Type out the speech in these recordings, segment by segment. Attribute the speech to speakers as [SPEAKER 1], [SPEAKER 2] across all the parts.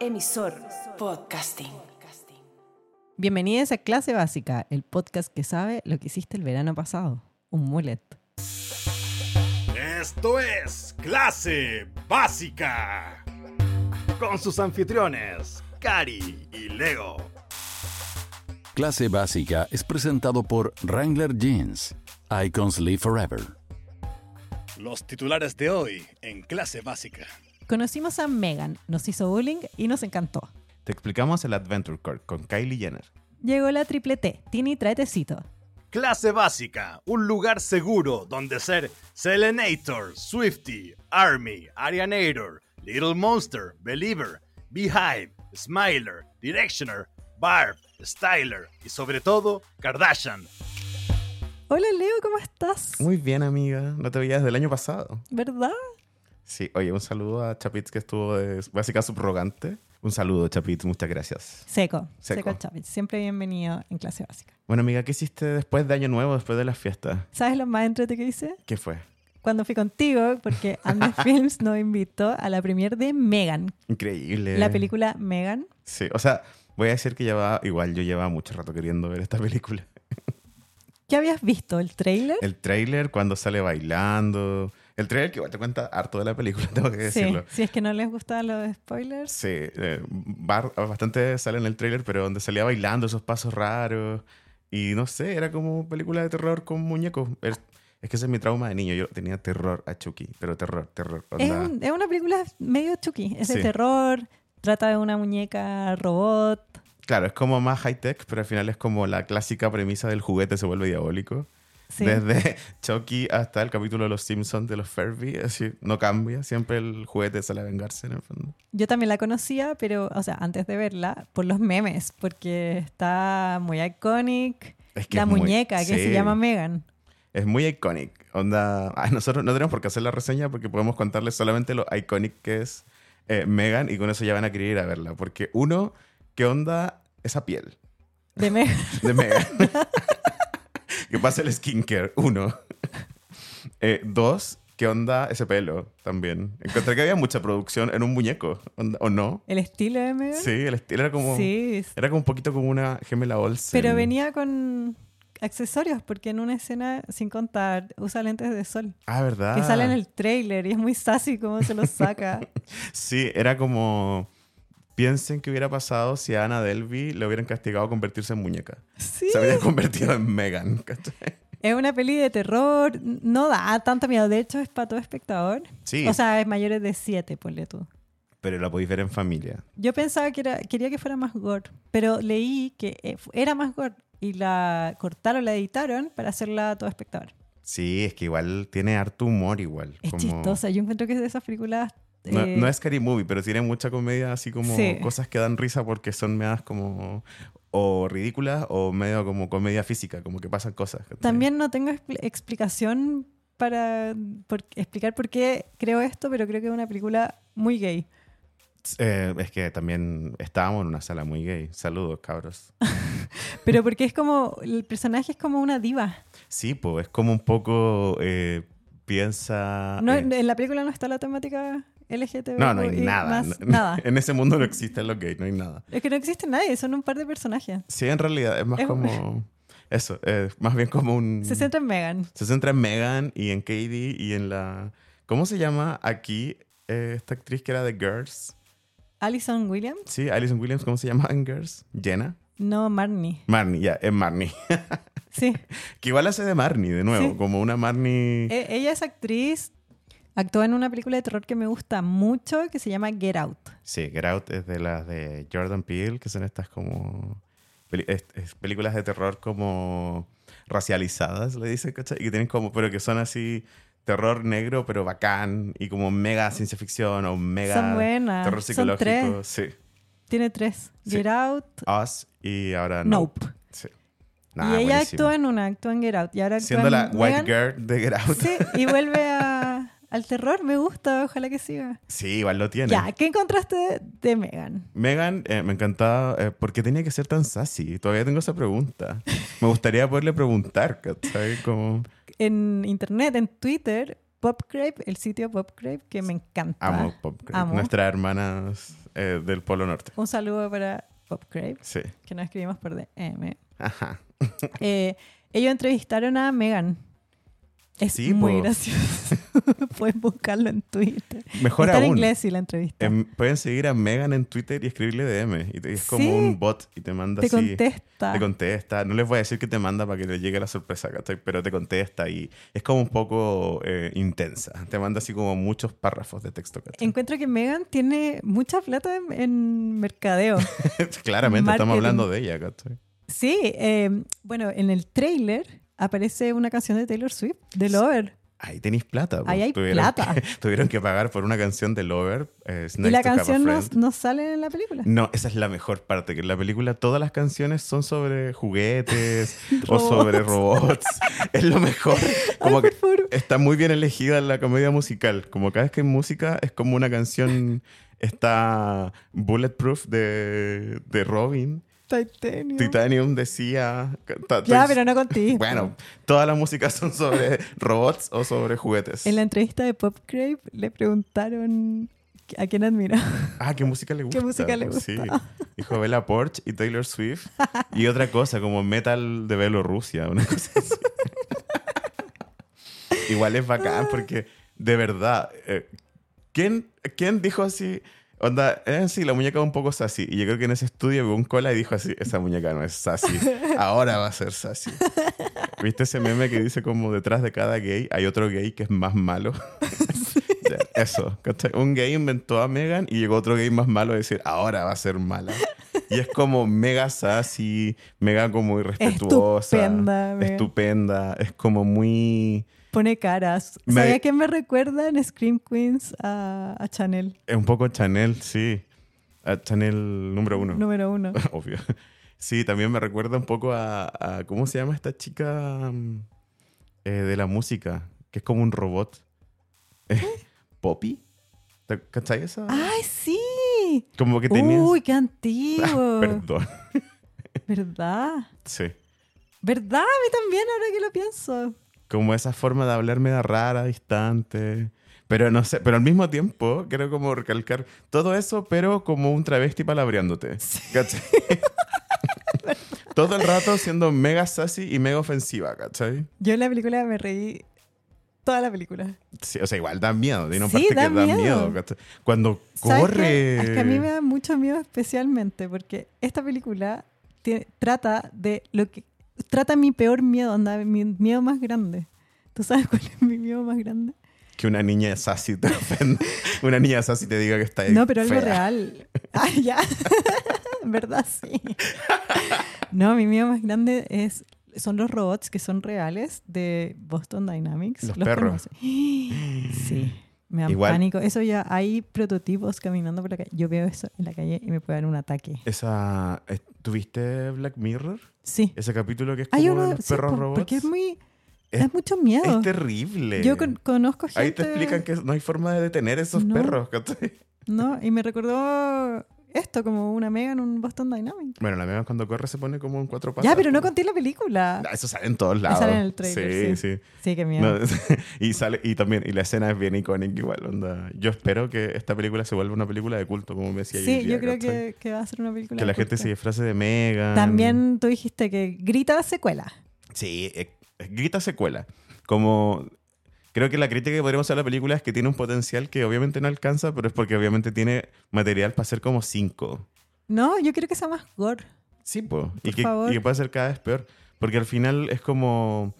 [SPEAKER 1] Emisor Podcasting.
[SPEAKER 2] Bienvenidos a Clase Básica, el podcast que sabe lo que hiciste el verano pasado, un mullet.
[SPEAKER 3] Esto es Clase Básica. Con sus anfitriones, Cari y Leo.
[SPEAKER 4] Clase Básica es presentado por Wrangler Jeans. Icons Live Forever.
[SPEAKER 3] Los titulares de hoy en Clase Básica.
[SPEAKER 2] Conocimos a Megan, nos hizo bullying y nos encantó.
[SPEAKER 5] Te explicamos el Adventure Core con Kylie Jenner.
[SPEAKER 2] Llegó la triple T, Tini tráetecito.
[SPEAKER 3] Clase Básica, un lugar seguro donde ser Selenator, Swifty, Army, Arianator, Little Monster, Believer, Beehive, Smiler, Directioner, Barb, Styler y sobre todo Kardashian.
[SPEAKER 2] Hola Leo, ¿cómo estás?
[SPEAKER 5] Muy bien, amiga. No te veía desde el año pasado.
[SPEAKER 2] ¿Verdad?
[SPEAKER 5] Sí, oye, un saludo a Chapitz que estuvo de básica subrogante. Un saludo, Chapitz, muchas gracias.
[SPEAKER 2] Seco, seco,
[SPEAKER 5] Seco.
[SPEAKER 2] Chávez. Siempre bienvenido en clase básica.
[SPEAKER 5] Bueno, amiga, ¿qué hiciste después de Año Nuevo, después de las fiestas?
[SPEAKER 2] ¿Sabes lo más entrete que hice?
[SPEAKER 5] ¿Qué fue?
[SPEAKER 2] Cuando fui contigo, porque Andes Films nos invitó a la premier de Megan,
[SPEAKER 5] Increíble.
[SPEAKER 2] la película Megan.
[SPEAKER 5] Sí, o sea, voy a decir que llevaba, igual yo llevaba mucho rato queriendo ver esta película.
[SPEAKER 2] ¿Qué habías visto? ¿El tráiler?
[SPEAKER 5] El tráiler, cuando sale bailando. El tráiler que igual te cuenta harto de la película, tengo que
[SPEAKER 2] Sí,
[SPEAKER 5] decirlo.
[SPEAKER 2] si es que no les gustaban los spoilers.
[SPEAKER 5] Sí, eh, bar- bastante sale en el tráiler, pero donde salía bailando esos pasos raros. Y no sé, era como película de terror con muñecos. Es, es que ese es mi trauma de niño. Yo tenía terror a Chucky, pero terror, terror.
[SPEAKER 2] Es,
[SPEAKER 5] onda.
[SPEAKER 2] un- es una película medio chucky, es de
[SPEAKER 5] Sí.
[SPEAKER 2] terror, trata de una muñeca robot.
[SPEAKER 5] Claro, es como más high-tech, pero al final es como la clásica premisa del juguete se vuelve diabólico.
[SPEAKER 2] Sí.
[SPEAKER 5] Desde Chucky hasta el capítulo de los Simpsons de los Furby, así, no cambia. Siempre el juguete sale a vengarse en el fondo.
[SPEAKER 2] Yo también la conocía, pero, o sea, antes de verla, por los memes, porque está muy iconic.
[SPEAKER 5] Es que
[SPEAKER 2] la
[SPEAKER 5] es muy-
[SPEAKER 2] muñeca que se
[SPEAKER 5] sí.
[SPEAKER 2] llama Megan.
[SPEAKER 5] Es muy iconic. Onda, ah, nosotros no tenemos por qué hacer la reseña porque podemos contarles solamente lo iconic que es eh, Megan y con eso ya van a querer ir a verla. Porque uno, ¿qué onda esa piel
[SPEAKER 2] De Megan.
[SPEAKER 5] de Megan? que pasa el skincare, uno. Eh, dos, ¿qué onda ese pelo también? Encontré que había mucha producción en un muñeco, onda- ¿o no?
[SPEAKER 2] El estilo de Megan.
[SPEAKER 5] Sí, el estilo era como...
[SPEAKER 2] Sí, s-
[SPEAKER 5] Era como un poquito como una gemela Olsen.
[SPEAKER 2] Pero venía con accesorios, porque en una escena, sin contar, usa lentes de sol.
[SPEAKER 5] Ah, ¿verdad?
[SPEAKER 2] Que sale en el tráiler y es muy sassy cómo se los saca.
[SPEAKER 5] Sí, era como. Piensen qué hubiera pasado si a Ana Delvey le hubieran castigado a convertirse en muñeca.
[SPEAKER 2] Sí.
[SPEAKER 5] Se habría convertido en Megan. ¿cachai?
[SPEAKER 2] Es una peli de terror, no da tanto miedo. De hecho, es para todo espectador.
[SPEAKER 5] Sí.
[SPEAKER 2] O sea, es mayores de 7, ponle tú.
[SPEAKER 5] Pero la podéis ver en familia.
[SPEAKER 2] Yo pensaba que era, quería que fuera más gore, pero leí que eh, fu- era más gore y la cortaron, la editaron para hacerla a todo espectador.
[SPEAKER 5] Sí, es que igual tiene harto humor, igual.
[SPEAKER 2] Es
[SPEAKER 5] como-
[SPEAKER 2] chistosa. Yo encuentro que es de esas películas.
[SPEAKER 5] No,
[SPEAKER 2] eh,
[SPEAKER 5] no es scary movie, pero tiene mucha comedia, así como
[SPEAKER 2] Sí.
[SPEAKER 5] cosas que dan risa porque son medias como. o ridículas o medio como comedia física, como que pasan cosas. ¿cachai?
[SPEAKER 2] También no tengo expl- explicación para por- explicar por qué creo esto, pero creo que es una película muy gay.
[SPEAKER 5] Eh, es que también estábamos en una sala muy gay. Saludos, cabros.
[SPEAKER 2] Pero porque es como. El personaje es como una diva.
[SPEAKER 5] Sí, pues es como un poco eh, piensa.
[SPEAKER 2] No,
[SPEAKER 5] eh,
[SPEAKER 2] en la película no está la temática LGTB.
[SPEAKER 5] no, no hay
[SPEAKER 2] y
[SPEAKER 5] nada.
[SPEAKER 2] más-
[SPEAKER 5] No-
[SPEAKER 2] nada.
[SPEAKER 5] En ese mundo no existen los gays, no hay nada.
[SPEAKER 2] Es que no existe nadie, son un par de personajes.
[SPEAKER 5] Sí, en realidad es más
[SPEAKER 2] Es-
[SPEAKER 5] como. Eso, es más bien como un.
[SPEAKER 2] Se centra en Megan.
[SPEAKER 5] se centra en Megan y en Katie y en la. ¿Cómo se llama aquí eh, esta actriz que era de Girls?
[SPEAKER 2] Alison Williams,
[SPEAKER 5] Sí, Alison Williams, ¿cómo se llama en Girls? Jenna.
[SPEAKER 2] no Marnie.
[SPEAKER 5] Marnie, ya, es Marnie.
[SPEAKER 2] Sí,
[SPEAKER 5] que igual hace de Marnie, de nuevo,
[SPEAKER 2] Sí.
[SPEAKER 5] como una Marnie.
[SPEAKER 2] E- ella es actriz, actúa en una película de terror que me gusta mucho que se llama Get Out.
[SPEAKER 5] Sí, Get Out es de las de Jordan Peele, que son estas como peli- es- es películas de terror como racializadas, le dicen, ¿cachai? Que tienen como, pero que son así terror negro, pero bacán, y como mega ciencia ficción o mega
[SPEAKER 2] Son buenas,
[SPEAKER 5] terror
[SPEAKER 2] son
[SPEAKER 5] psicológico. Sí.
[SPEAKER 2] Tiene tres.
[SPEAKER 5] Sí.
[SPEAKER 2] Get Out,
[SPEAKER 5] Us y ahora
[SPEAKER 2] Nope.
[SPEAKER 5] Sí. Nah,
[SPEAKER 2] y ella
[SPEAKER 5] Ah, buenísimo.
[SPEAKER 2] actúa en una, actúa en Get Out. Y ahora actúa
[SPEAKER 5] Siendo
[SPEAKER 2] en
[SPEAKER 5] la white
[SPEAKER 2] Megan.
[SPEAKER 5] girl de Get Out. Sí,
[SPEAKER 2] Sí, y vuelve a- al terror, me gusta, ojalá que siga.
[SPEAKER 5] igual lo tiene.
[SPEAKER 2] Ya, ¿qué encontraste de, de Megan?
[SPEAKER 5] Megan, eh, me encantaba. eh, ¿Por qué tenía que ser tan sassy? Todavía tengo esa pregunta. Me gustaría poderle preguntar, ¿cachai? Como,
[SPEAKER 2] En internet, en Twitter, PopCrape, el sitio PopCrape que me encanta.
[SPEAKER 5] amo Pop Craig.
[SPEAKER 2] Ah, Amo.
[SPEAKER 5] Nuestras hermanas eh, del Polo Norte.
[SPEAKER 2] Un saludo para Bob Crave,
[SPEAKER 5] Sí.
[SPEAKER 2] que nos escribimos por DM.
[SPEAKER 5] Ajá.
[SPEAKER 2] Eh, ellos entrevistaron a Megan. Es
[SPEAKER 5] Sí,
[SPEAKER 2] muy
[SPEAKER 5] po.
[SPEAKER 2] gracioso. Pueden buscarlo en Twitter.
[SPEAKER 5] Mejor
[SPEAKER 2] Está en
[SPEAKER 5] aún.
[SPEAKER 2] inglés y la entrevista.
[SPEAKER 5] em, pueden seguir a Megan en Twitter y escribirle DM. Y te- y es como
[SPEAKER 2] Sí.
[SPEAKER 5] un bot y te manda
[SPEAKER 2] Te
[SPEAKER 5] así.
[SPEAKER 2] contesta.
[SPEAKER 5] Te contesta. No les voy a decir que te manda para que le llegue la sorpresa, ¿cachai? Pero te contesta y es como un poco eh, intensa. Te manda así como muchos párrafos de texto, ¿cachai?
[SPEAKER 2] Encuentro que Megan tiene mucha plata en, en mercadeo.
[SPEAKER 5] Claramente estamos
[SPEAKER 2] Marketing.
[SPEAKER 5] hablando de ella, ¿cachai?
[SPEAKER 2] sí, eh, bueno, en el trailer aparece una canción de Taylor Swift, The Lover.
[SPEAKER 5] Ahí tenéis plata. pues.
[SPEAKER 2] Ahí hay plata.
[SPEAKER 5] Que, tuvieron que pagar por una canción de Lover. eh,
[SPEAKER 2] y la
[SPEAKER 5] Nice to Have a
[SPEAKER 2] canción no,
[SPEAKER 5] Friend.
[SPEAKER 2] no sale en la película.
[SPEAKER 5] No, esa es la mejor parte, que en la película todas las canciones son sobre juguetes o
[SPEAKER 2] Robots.
[SPEAKER 5] sobre robots. es lo mejor. Como
[SPEAKER 2] Ay,
[SPEAKER 5] que
[SPEAKER 2] por favor.
[SPEAKER 5] está muy bien elegida la comedia musical. Como cada vez que hay música es como una canción está bulletproof de, de Robin.
[SPEAKER 2] Titanium.
[SPEAKER 5] Titanium decía...
[SPEAKER 2] Ya, pero no contigo.
[SPEAKER 5] Bueno, todas las músicas son sobre robots o sobre juguetes.
[SPEAKER 2] En la entrevista de Pop Crave le preguntaron a quién admiraba.
[SPEAKER 5] Ah, ¿qué música le gusta?
[SPEAKER 2] ¿Qué música le
[SPEAKER 5] pues, Sí.
[SPEAKER 2] gusta?
[SPEAKER 5] Dijo Bella Porch y Taylor Swift. Y otra cosa, como metal de Bielorrusia, una cosa así. Igual es bacán porque, de verdad, eh, ¿quién, ¿quién dijo así? Onda, eh, sí, la muñeca un poco sassy. Y yo creo que en ese estudio llegó un cola y dijo así, esa muñeca no es sassy, ahora va a ser sassy. ¿Viste ese meme que dice como detrás de cada gay hay otro gay que es más malo? Ya, Eso, ¿cachai? Un gay inventó a Megan y llegó otro gay más malo a decir, ahora va a ser mala. Y es como mega sassy, mega como irrespetuosa.
[SPEAKER 2] Estupenda, Megan.
[SPEAKER 5] Estupenda. Es como muy...
[SPEAKER 2] Pone caras.
[SPEAKER 5] Me-
[SPEAKER 2] ¿Sabía quién me recuerda en Scream Queens a, a Chanel?
[SPEAKER 5] Es un poco Chanel, sí. A Chanel número uno.
[SPEAKER 2] Número uno.
[SPEAKER 5] Obvio. Sí, también me recuerda un poco a, a- ¿Cómo se llama esta chica mm, eh, de la música? Que es como un robot. Eh, ¿Poppy? ¿Te- ¿Cachai esa?
[SPEAKER 2] ¡Ay, sí!
[SPEAKER 5] como que tenías...
[SPEAKER 2] Ah. Uy, qué
[SPEAKER 5] Ah,
[SPEAKER 2] antiguo.
[SPEAKER 5] perdón.
[SPEAKER 2] ¿Verdad?
[SPEAKER 5] Sí.
[SPEAKER 2] ¿Verdad? A mí también, ahora que lo pienso.
[SPEAKER 5] Como esa forma de hablar media rara, distante. Pero no sé, pero al mismo tiempo quiero como recalcar todo eso, pero como un travesti palabreándote. ¿Cachai? todo el rato siendo mega sassy y mega ofensiva, ¿cachai?
[SPEAKER 2] Yo en la película me reí toda la película.
[SPEAKER 5] Sí, o sea, igual da miedo. Tiene una
[SPEAKER 2] Sí,
[SPEAKER 5] parte
[SPEAKER 2] da
[SPEAKER 5] que da miedo.
[SPEAKER 2] miedo.
[SPEAKER 5] ¿cachai? Cuando
[SPEAKER 2] ¿Sabes
[SPEAKER 5] corre.
[SPEAKER 2] qué? Es que a mí me da mucho miedo especialmente porque esta película tie- trata de lo que trata mi peor miedo, onda, mi miedo más grande. ¿Tú sabes cuál es mi miedo más grande?
[SPEAKER 5] Que una niña sassy te ofenda. una niña sassy te diga que está
[SPEAKER 2] No, pero algo
[SPEAKER 5] Eh, fea.
[SPEAKER 2] real. Ah, ya. En verdad, sí. No, mi miedo más grande es son los robots que son reales de Boston Dynamics.
[SPEAKER 5] Los perros.
[SPEAKER 2] conoces. Sí. Me da
[SPEAKER 5] Igual.
[SPEAKER 2] pánico. Eso ya, hay prototipos caminando por la calle. Yo veo eso en la calle y me puede dar un ataque.
[SPEAKER 5] Eh, Esa, ¿Tuviste Black Mirror?
[SPEAKER 2] Sí.
[SPEAKER 5] Ese capítulo que es como
[SPEAKER 2] Hay
[SPEAKER 5] de
[SPEAKER 2] uno
[SPEAKER 5] los
[SPEAKER 2] sí,
[SPEAKER 5] perros
[SPEAKER 2] po,
[SPEAKER 5] robots.
[SPEAKER 2] Porque es muy.
[SPEAKER 5] Es-
[SPEAKER 2] da mucho miedo.
[SPEAKER 5] Es terrible.
[SPEAKER 2] Yo con- conozco gente.
[SPEAKER 5] Ahí te explican que no hay forma de detener esos
[SPEAKER 2] No.
[SPEAKER 5] perros. ¿cachai?
[SPEAKER 2] No, y me recordó esto, como una mega en un Boston Dynamics.
[SPEAKER 5] Bueno, la mega cuando corre se pone como en cuatro patas.
[SPEAKER 2] ya, pero no
[SPEAKER 5] pues.
[SPEAKER 2] conté la película.
[SPEAKER 5] Ah, Eso sale en todos lados.
[SPEAKER 2] en el trailer,
[SPEAKER 5] Sí, sí.
[SPEAKER 2] Sí, qué miedo.
[SPEAKER 5] No, y sale y también y la escena es bien icónica igual onda. Yo espero que esta película se vuelva una película de culto como me decía
[SPEAKER 2] sí,
[SPEAKER 5] hoy día,
[SPEAKER 2] yo creo
[SPEAKER 5] ¿cachai?
[SPEAKER 2] que, que va a ser una película.
[SPEAKER 5] que la
[SPEAKER 2] de
[SPEAKER 5] gente
[SPEAKER 2] culto.
[SPEAKER 5] se disfrace de Megan.
[SPEAKER 2] También tú dijiste que grita secuela.
[SPEAKER 5] Sí, eh, grita secuela. Como. Creo que la crítica que podríamos hacer a la película es que tiene un potencial que obviamente no alcanza, pero es porque obviamente tiene material para hacer como cinco.
[SPEAKER 2] No, yo quiero que sea más gore.
[SPEAKER 5] Sí, po. Y
[SPEAKER 2] Por
[SPEAKER 5] que,
[SPEAKER 2] favor.
[SPEAKER 5] y que puede ser cada vez peor. Porque al final es como.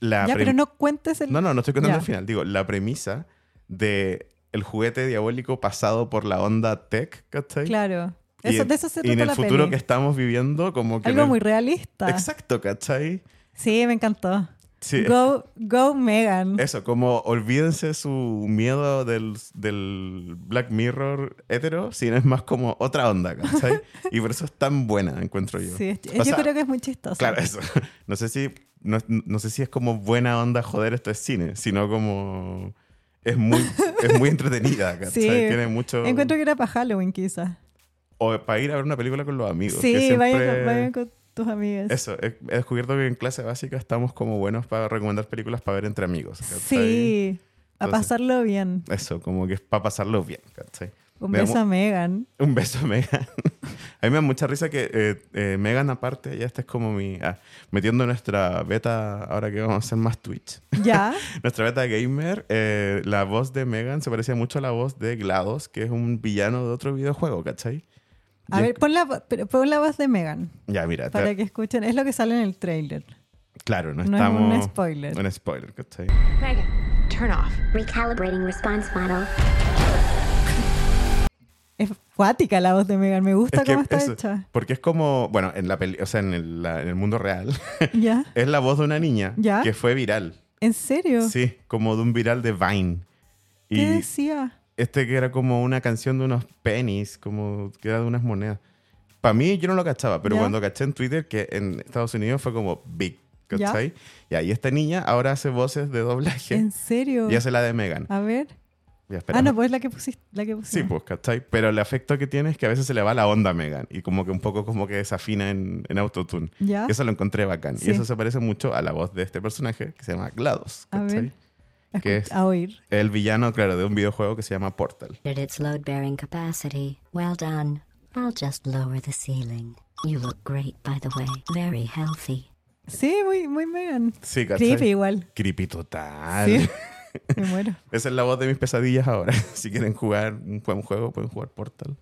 [SPEAKER 5] La
[SPEAKER 2] ya,
[SPEAKER 5] pre-
[SPEAKER 2] pero no cuentes el.
[SPEAKER 5] Ah, no, no, no estoy contando
[SPEAKER 2] Ya.
[SPEAKER 5] al final. Digo, la premisa de el juguete diabólico pasado por la onda tech, ¿cachai?
[SPEAKER 2] Claro.
[SPEAKER 5] Y
[SPEAKER 2] Eso,
[SPEAKER 5] en-
[SPEAKER 2] de eso se
[SPEAKER 5] Y en
[SPEAKER 2] trata
[SPEAKER 5] el
[SPEAKER 2] la
[SPEAKER 5] futuro
[SPEAKER 2] peli.
[SPEAKER 5] que estamos viviendo, como que. en
[SPEAKER 2] Algo
[SPEAKER 5] el-
[SPEAKER 2] muy realista.
[SPEAKER 5] Exacto, ¿cachai?
[SPEAKER 2] Sí, me encantó.
[SPEAKER 5] Sí.
[SPEAKER 2] Go, go Megan.
[SPEAKER 5] Eso, como olvídense su miedo del, del Black Mirror hetero, sino es más como otra onda, ¿cachai? Y por eso es tan buena, encuentro yo.
[SPEAKER 2] Sí, es- yo
[SPEAKER 5] O sea,
[SPEAKER 2] creo que es muy chistoso.
[SPEAKER 5] Claro, eso. No sé si, no, no sé si es como buena onda, joder, esto es cine, sino como... Es muy, es muy entretenida, ¿cachai?
[SPEAKER 2] Sí.
[SPEAKER 5] Tiene mucho...
[SPEAKER 2] Encuentro que era para Halloween, quizás.
[SPEAKER 5] O para ir a ver una película con los amigos.
[SPEAKER 2] Sí,
[SPEAKER 5] que siempre-
[SPEAKER 2] vayan, con, vayan con tus amigas.
[SPEAKER 5] Eso, he, he descubierto que en clase básica estamos como buenos para recomendar películas para ver entre amigos. ¿cachai?
[SPEAKER 2] sí, a
[SPEAKER 5] Entonces-
[SPEAKER 2] pasarlo bien.
[SPEAKER 5] Eso, como que es para pasarlo bien, ¿cachai?
[SPEAKER 2] Un
[SPEAKER 5] Me da
[SPEAKER 2] beso
[SPEAKER 5] mu-
[SPEAKER 2] a Megan.
[SPEAKER 5] Un beso a Megan. a mí me da mucha risa que eh, eh, Megan, aparte, ya esta es como mi. ah, metiendo nuestra beta, ahora que vamos a hacer más Twitch.
[SPEAKER 2] Ya.
[SPEAKER 5] Nuestra beta gamer, eh, la voz de Megan se parecía mucho a la voz de GLaDOS, que es un villano de otro videojuego, ¿cachai?
[SPEAKER 2] A
[SPEAKER 5] Y es-
[SPEAKER 2] ver, pon la, vo- pero pon la voz de Megan
[SPEAKER 5] Ya, mira, te-
[SPEAKER 2] para que escuchen. Es lo que sale en el trailer.
[SPEAKER 5] claro,
[SPEAKER 2] no
[SPEAKER 5] no,
[SPEAKER 2] es
[SPEAKER 5] estamos.
[SPEAKER 2] un spoiler.
[SPEAKER 5] Un spoiler, ¿cachai?
[SPEAKER 6] Megan, turn off.
[SPEAKER 7] Recalibrating response model.
[SPEAKER 2] Es cuática la voz de Megan. Me gusta cómo está
[SPEAKER 5] eso-
[SPEAKER 2] hecha.
[SPEAKER 5] Porque es como, bueno, en la peli, o sea, en el, la- en el mundo real,
[SPEAKER 2] ¿Ya?
[SPEAKER 5] es la voz de una niña
[SPEAKER 2] ¿Ya?
[SPEAKER 5] que fue viral.
[SPEAKER 2] ¿En serio?
[SPEAKER 5] Sí, como de un viral de Vine.
[SPEAKER 2] ¿Qué
[SPEAKER 5] Y
[SPEAKER 2] decía?
[SPEAKER 5] este que era como una canción de unos pennies, como que era de unas monedas. Para mí yo no lo cachaba, pero
[SPEAKER 2] Ya.
[SPEAKER 5] cuando caché en Twitter que en Estados Unidos fue como big,
[SPEAKER 2] Ya.
[SPEAKER 5] ¿cachai? Y ahí esta niña ahora hace voces de doblaje
[SPEAKER 2] ¿En serio?
[SPEAKER 5] y hace la de Megan.
[SPEAKER 2] A ver.
[SPEAKER 5] Ya, espera,
[SPEAKER 2] Ah, no,
[SPEAKER 5] ¿no?
[SPEAKER 2] pues la que pusiste. La que
[SPEAKER 5] Sí,
[SPEAKER 2] pusimos.
[SPEAKER 5] pues, ¿cachai? Pero el afecto que tiene es que a veces se le va la onda a Megan y como que un poco como que desafina en, en autotune.
[SPEAKER 2] ¿Ya?
[SPEAKER 5] Y Eso lo encontré bacán.
[SPEAKER 2] Sí.
[SPEAKER 5] Y eso se parece mucho a la voz de este personaje que se llama GLaDOS,
[SPEAKER 2] A ver.
[SPEAKER 5] ¿cachai? que es-
[SPEAKER 2] A oír.
[SPEAKER 5] El villano, claro, de un videojuego que se llama Portal.
[SPEAKER 7] At its load bearing capacity. Well done. I'll just lower the ceiling. You look great, by the way. Very healthy.
[SPEAKER 2] Sí, muy, muy Megan.
[SPEAKER 5] Sí, ¿cachai?
[SPEAKER 2] Creepy igual.
[SPEAKER 5] Creepy total.
[SPEAKER 2] Sí. Me muero.
[SPEAKER 5] Esa es la voz de mis pesadillas ahora. si quieren jugar un buen juego, pueden jugar Portal.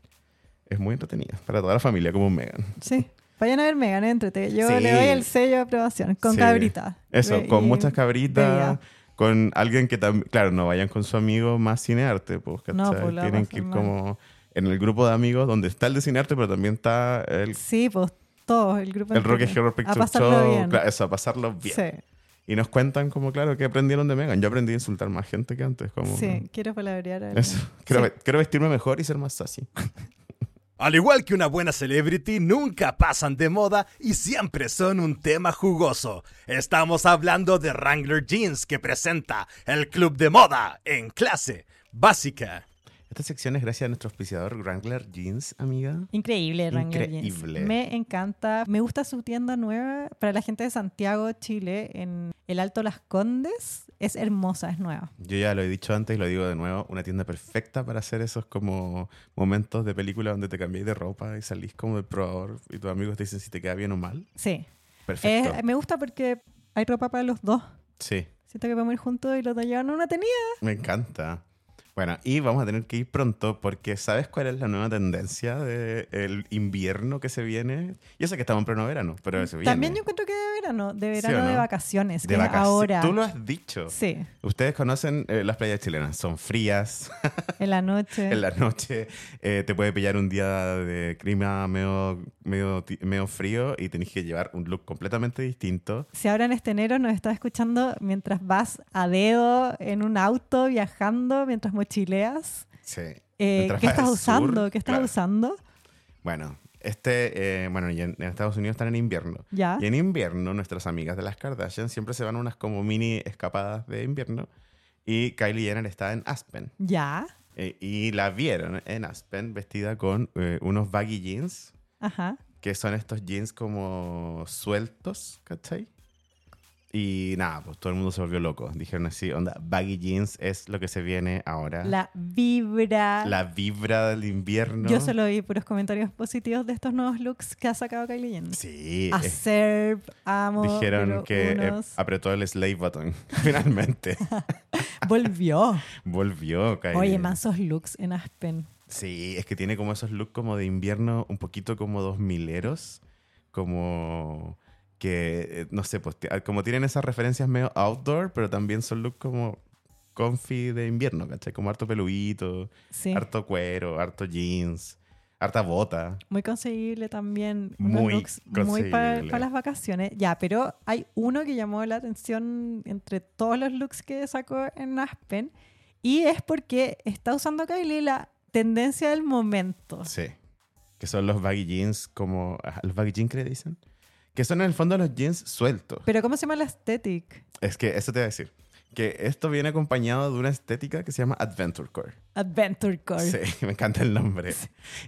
[SPEAKER 5] Es muy entretenido. Para toda la familia, como un Megan.
[SPEAKER 2] Sí. Vayan a ver Megan, entrete. Yo
[SPEAKER 5] Sí.
[SPEAKER 2] le doy el sello de aprobación. Con
[SPEAKER 5] Sí.
[SPEAKER 2] cabrita.
[SPEAKER 5] Eso,
[SPEAKER 2] Ve-
[SPEAKER 5] con
[SPEAKER 2] y
[SPEAKER 5] muchas
[SPEAKER 2] bebida.
[SPEAKER 5] cabritas. Con alguien que también. Claro, no vayan con su amigo más cinearte. Pues, ¿cachai?
[SPEAKER 2] No, pues, la
[SPEAKER 5] Tienen
[SPEAKER 2] vas
[SPEAKER 5] que ir
[SPEAKER 2] mal.
[SPEAKER 5] como en el grupo de amigos donde está el de cinearte, pero también está el,
[SPEAKER 2] Sí, pues todos, el grupo.
[SPEAKER 5] el Rocky
[SPEAKER 2] entero.
[SPEAKER 5] Horror Picture
[SPEAKER 2] A pasarlo
[SPEAKER 5] Show.
[SPEAKER 2] bien.
[SPEAKER 5] Claro, eso, a pasarlo bien.
[SPEAKER 2] Sí,
[SPEAKER 5] Y nos cuentan, como claro, que aprendieron de Megan. Yo aprendí a insultar más gente que antes. Como,
[SPEAKER 2] sí, quiero palabrear a alguien.
[SPEAKER 5] Eso. Quiero,
[SPEAKER 2] Sí.
[SPEAKER 5] ve- quiero vestirme mejor y ser más sassy.
[SPEAKER 3] Al igual que una buena celebrity, nunca pasan de moda y siempre son un tema jugoso. Estamos hablando de Wrangler Jeans que presenta el Club de Moda en clase básica.
[SPEAKER 5] Esta sección es gracias a nuestro auspiciador Wrangler Jeans, amiga.
[SPEAKER 2] Increíble, Wrangler Jeans.
[SPEAKER 5] Increíble.
[SPEAKER 2] Me encanta. Me gusta su tienda nueva para la gente de Santiago, Chile, en el Alto Las Condes. Es hermosa, es nueva.
[SPEAKER 5] Yo ya lo he dicho antes y lo digo de nuevo, una tienda perfecta para hacer esos como momentos de película donde te cambiáis de ropa y salís como de probador y tus amigos te dicen si te queda bien o mal.
[SPEAKER 2] Sí.
[SPEAKER 5] Perfecto.
[SPEAKER 2] Es- me gusta porque hay ropa para los dos.
[SPEAKER 5] Sí,
[SPEAKER 2] Siento que podemos ir juntos y los dos llevan una tenida.
[SPEAKER 5] me encanta. Bueno, y vamos a tener que ir pronto porque ¿sabes cuál es la nueva tendencia del invierno que se viene? Yo sé que estamos en verano pero se viene.
[SPEAKER 2] También yo encuentro que de verano, de verano
[SPEAKER 5] o no?
[SPEAKER 2] de vacaciones,
[SPEAKER 5] de
[SPEAKER 2] que es
[SPEAKER 5] vacaciones.
[SPEAKER 2] ahora.
[SPEAKER 5] Tú lo has dicho.
[SPEAKER 2] Sí,
[SPEAKER 5] Ustedes conocen eh, las playas chilenas, son frías,
[SPEAKER 2] en la noche.
[SPEAKER 5] en la noche eh, te puede pillar un día de clima medio, medio, ti- medio frío y tenés que llevar un look completamente distinto.
[SPEAKER 2] Si ahora en este enero nos estás escuchando mientras vas a dedo en un auto viajando, mientras mochileas,
[SPEAKER 5] Sí.
[SPEAKER 2] eh,
[SPEAKER 5] Mientras
[SPEAKER 2] ¿qué
[SPEAKER 5] vas
[SPEAKER 2] estás
[SPEAKER 5] al sur,
[SPEAKER 2] usando? ¿Qué estás
[SPEAKER 5] claro.
[SPEAKER 2] usando?
[SPEAKER 5] Bueno, este, eh, bueno, y en, en Estados Unidos están en invierno.
[SPEAKER 2] Ya.
[SPEAKER 5] Y en invierno nuestras amigas de las Kardashian siempre se van a unas como mini escapadas de invierno y Kylie Jenner está en Aspen.
[SPEAKER 2] Ya.
[SPEAKER 5] Eh, y la vieron en Aspen vestida con eh, unos baggy jeans
[SPEAKER 2] Ajá.
[SPEAKER 5] que son estos jeans como sueltos, ¿cachai? Y nada, pues todo el mundo se volvió loco. Dijeron así, onda, baggy jeans es lo que se viene ahora.
[SPEAKER 2] La vibra.
[SPEAKER 5] La vibra del invierno.
[SPEAKER 2] Yo solo vi puros comentarios positivos de estos nuevos looks que ha sacado Kylie Jenner.
[SPEAKER 5] Sí.
[SPEAKER 2] A
[SPEAKER 5] es-
[SPEAKER 2] Serb, amo.
[SPEAKER 5] Dijeron
[SPEAKER 2] pero
[SPEAKER 5] que eh,
[SPEAKER 2] unos-
[SPEAKER 5] apretó el slave button. Finalmente.
[SPEAKER 2] volvió.
[SPEAKER 5] Volvió, Kylie.
[SPEAKER 2] Oye, mansos looks en Aspen.
[SPEAKER 5] Sí, es que tiene como esos looks como de invierno, un poquito como dos mileros, como que, eh, no sé, pues ti- como tienen esas referencias medio outdoor, pero también son looks como comfy de invierno, ¿cachai? Como harto peluito,
[SPEAKER 2] Sí.
[SPEAKER 5] harto cuero, harto jeans, harta bota.
[SPEAKER 2] Muy conseguible también. unos
[SPEAKER 5] Muy
[SPEAKER 2] looks Muy para
[SPEAKER 5] conseguible.
[SPEAKER 2] las vacaciones. Ya, pero hay uno que llamó la atención entre todos los looks que sacó en Aspen. Y es porque está usando Kylie la tendencia del momento.
[SPEAKER 5] Sí. Que son los baggy jeans, como... ajá, ¿Los baggy jeans que le dicen? Que son en el fondo los jeans sueltos.
[SPEAKER 2] Pero ¿cómo se llama la aesthetic?
[SPEAKER 5] Es que eso te voy a decir. Que esto viene acompañado de una estética que se llama Adventure Core.
[SPEAKER 2] Adventure Core.
[SPEAKER 5] Sí, me encanta el nombre.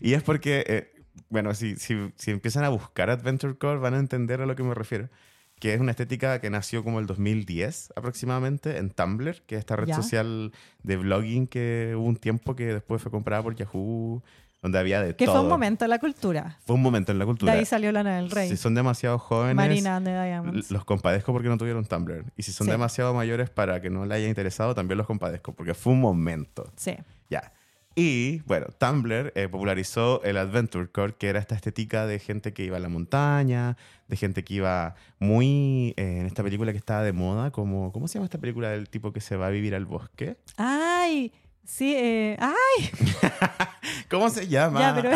[SPEAKER 5] Y es porque, eh, bueno, si, si, si empiezan a buscar Adventure Core van a entender a lo que me refiero. que es una estética que nació como el 2010 aproximadamente en Tumblr, que es esta red
[SPEAKER 2] Ya.
[SPEAKER 5] social de blogging que hubo un tiempo que después fue comprada por Yahoo, donde había de
[SPEAKER 2] Que
[SPEAKER 5] todo.
[SPEAKER 2] fue un momento de la cultura.
[SPEAKER 5] Fue un momento en la
[SPEAKER 2] De
[SPEAKER 5] cultura.
[SPEAKER 2] ahí salió Lana del Rey.
[SPEAKER 5] Si son demasiado jóvenes,
[SPEAKER 2] Marina de
[SPEAKER 5] l-
[SPEAKER 2] Diamonds.
[SPEAKER 5] los compadezco porque no tuvieron Tumblr. Y si son
[SPEAKER 2] Sí.
[SPEAKER 5] demasiado mayores para que no le haya interesado, también los compadezco porque fue un momento.
[SPEAKER 2] Sí.
[SPEAKER 5] Ya. Y bueno, Tumblr eh, popularizó el Adventure Core, que era esta estética de gente que iba a la montaña, de gente que iba muy eh, en esta película que estaba de moda, como ¿cómo se llama esta película del tipo que se va a vivir al bosque?
[SPEAKER 2] Ay, sí. Eh, ah,
[SPEAKER 5] ¿Cómo se llama?
[SPEAKER 2] Ya, pero es-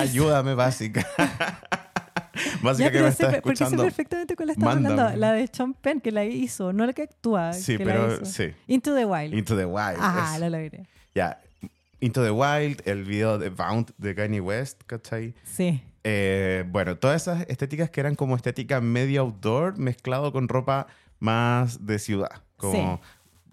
[SPEAKER 5] Ayúdame básica. básica
[SPEAKER 2] ya,
[SPEAKER 5] que me
[SPEAKER 2] pero sé,
[SPEAKER 5] está
[SPEAKER 2] porque sé
[SPEAKER 5] escuchando.
[SPEAKER 2] perfectamente cuál está hablando.
[SPEAKER 5] mándame.
[SPEAKER 2] La de Sean Penn, que la hizo, no la que actúa.
[SPEAKER 5] Sí,
[SPEAKER 2] que
[SPEAKER 5] pero-
[SPEAKER 2] la hizo.
[SPEAKER 5] sí.
[SPEAKER 2] Into the Wild.
[SPEAKER 5] Into the Wild.
[SPEAKER 2] Ajá,
[SPEAKER 5] es-
[SPEAKER 2] lo logré.
[SPEAKER 5] Ya. Into the Wild, el video de Bound de Kanye West, ¿cachai?
[SPEAKER 2] Sí.
[SPEAKER 5] Eh, bueno, todas esas estéticas que eran como estética medio outdoor mezclado con ropa más de ciudad. Como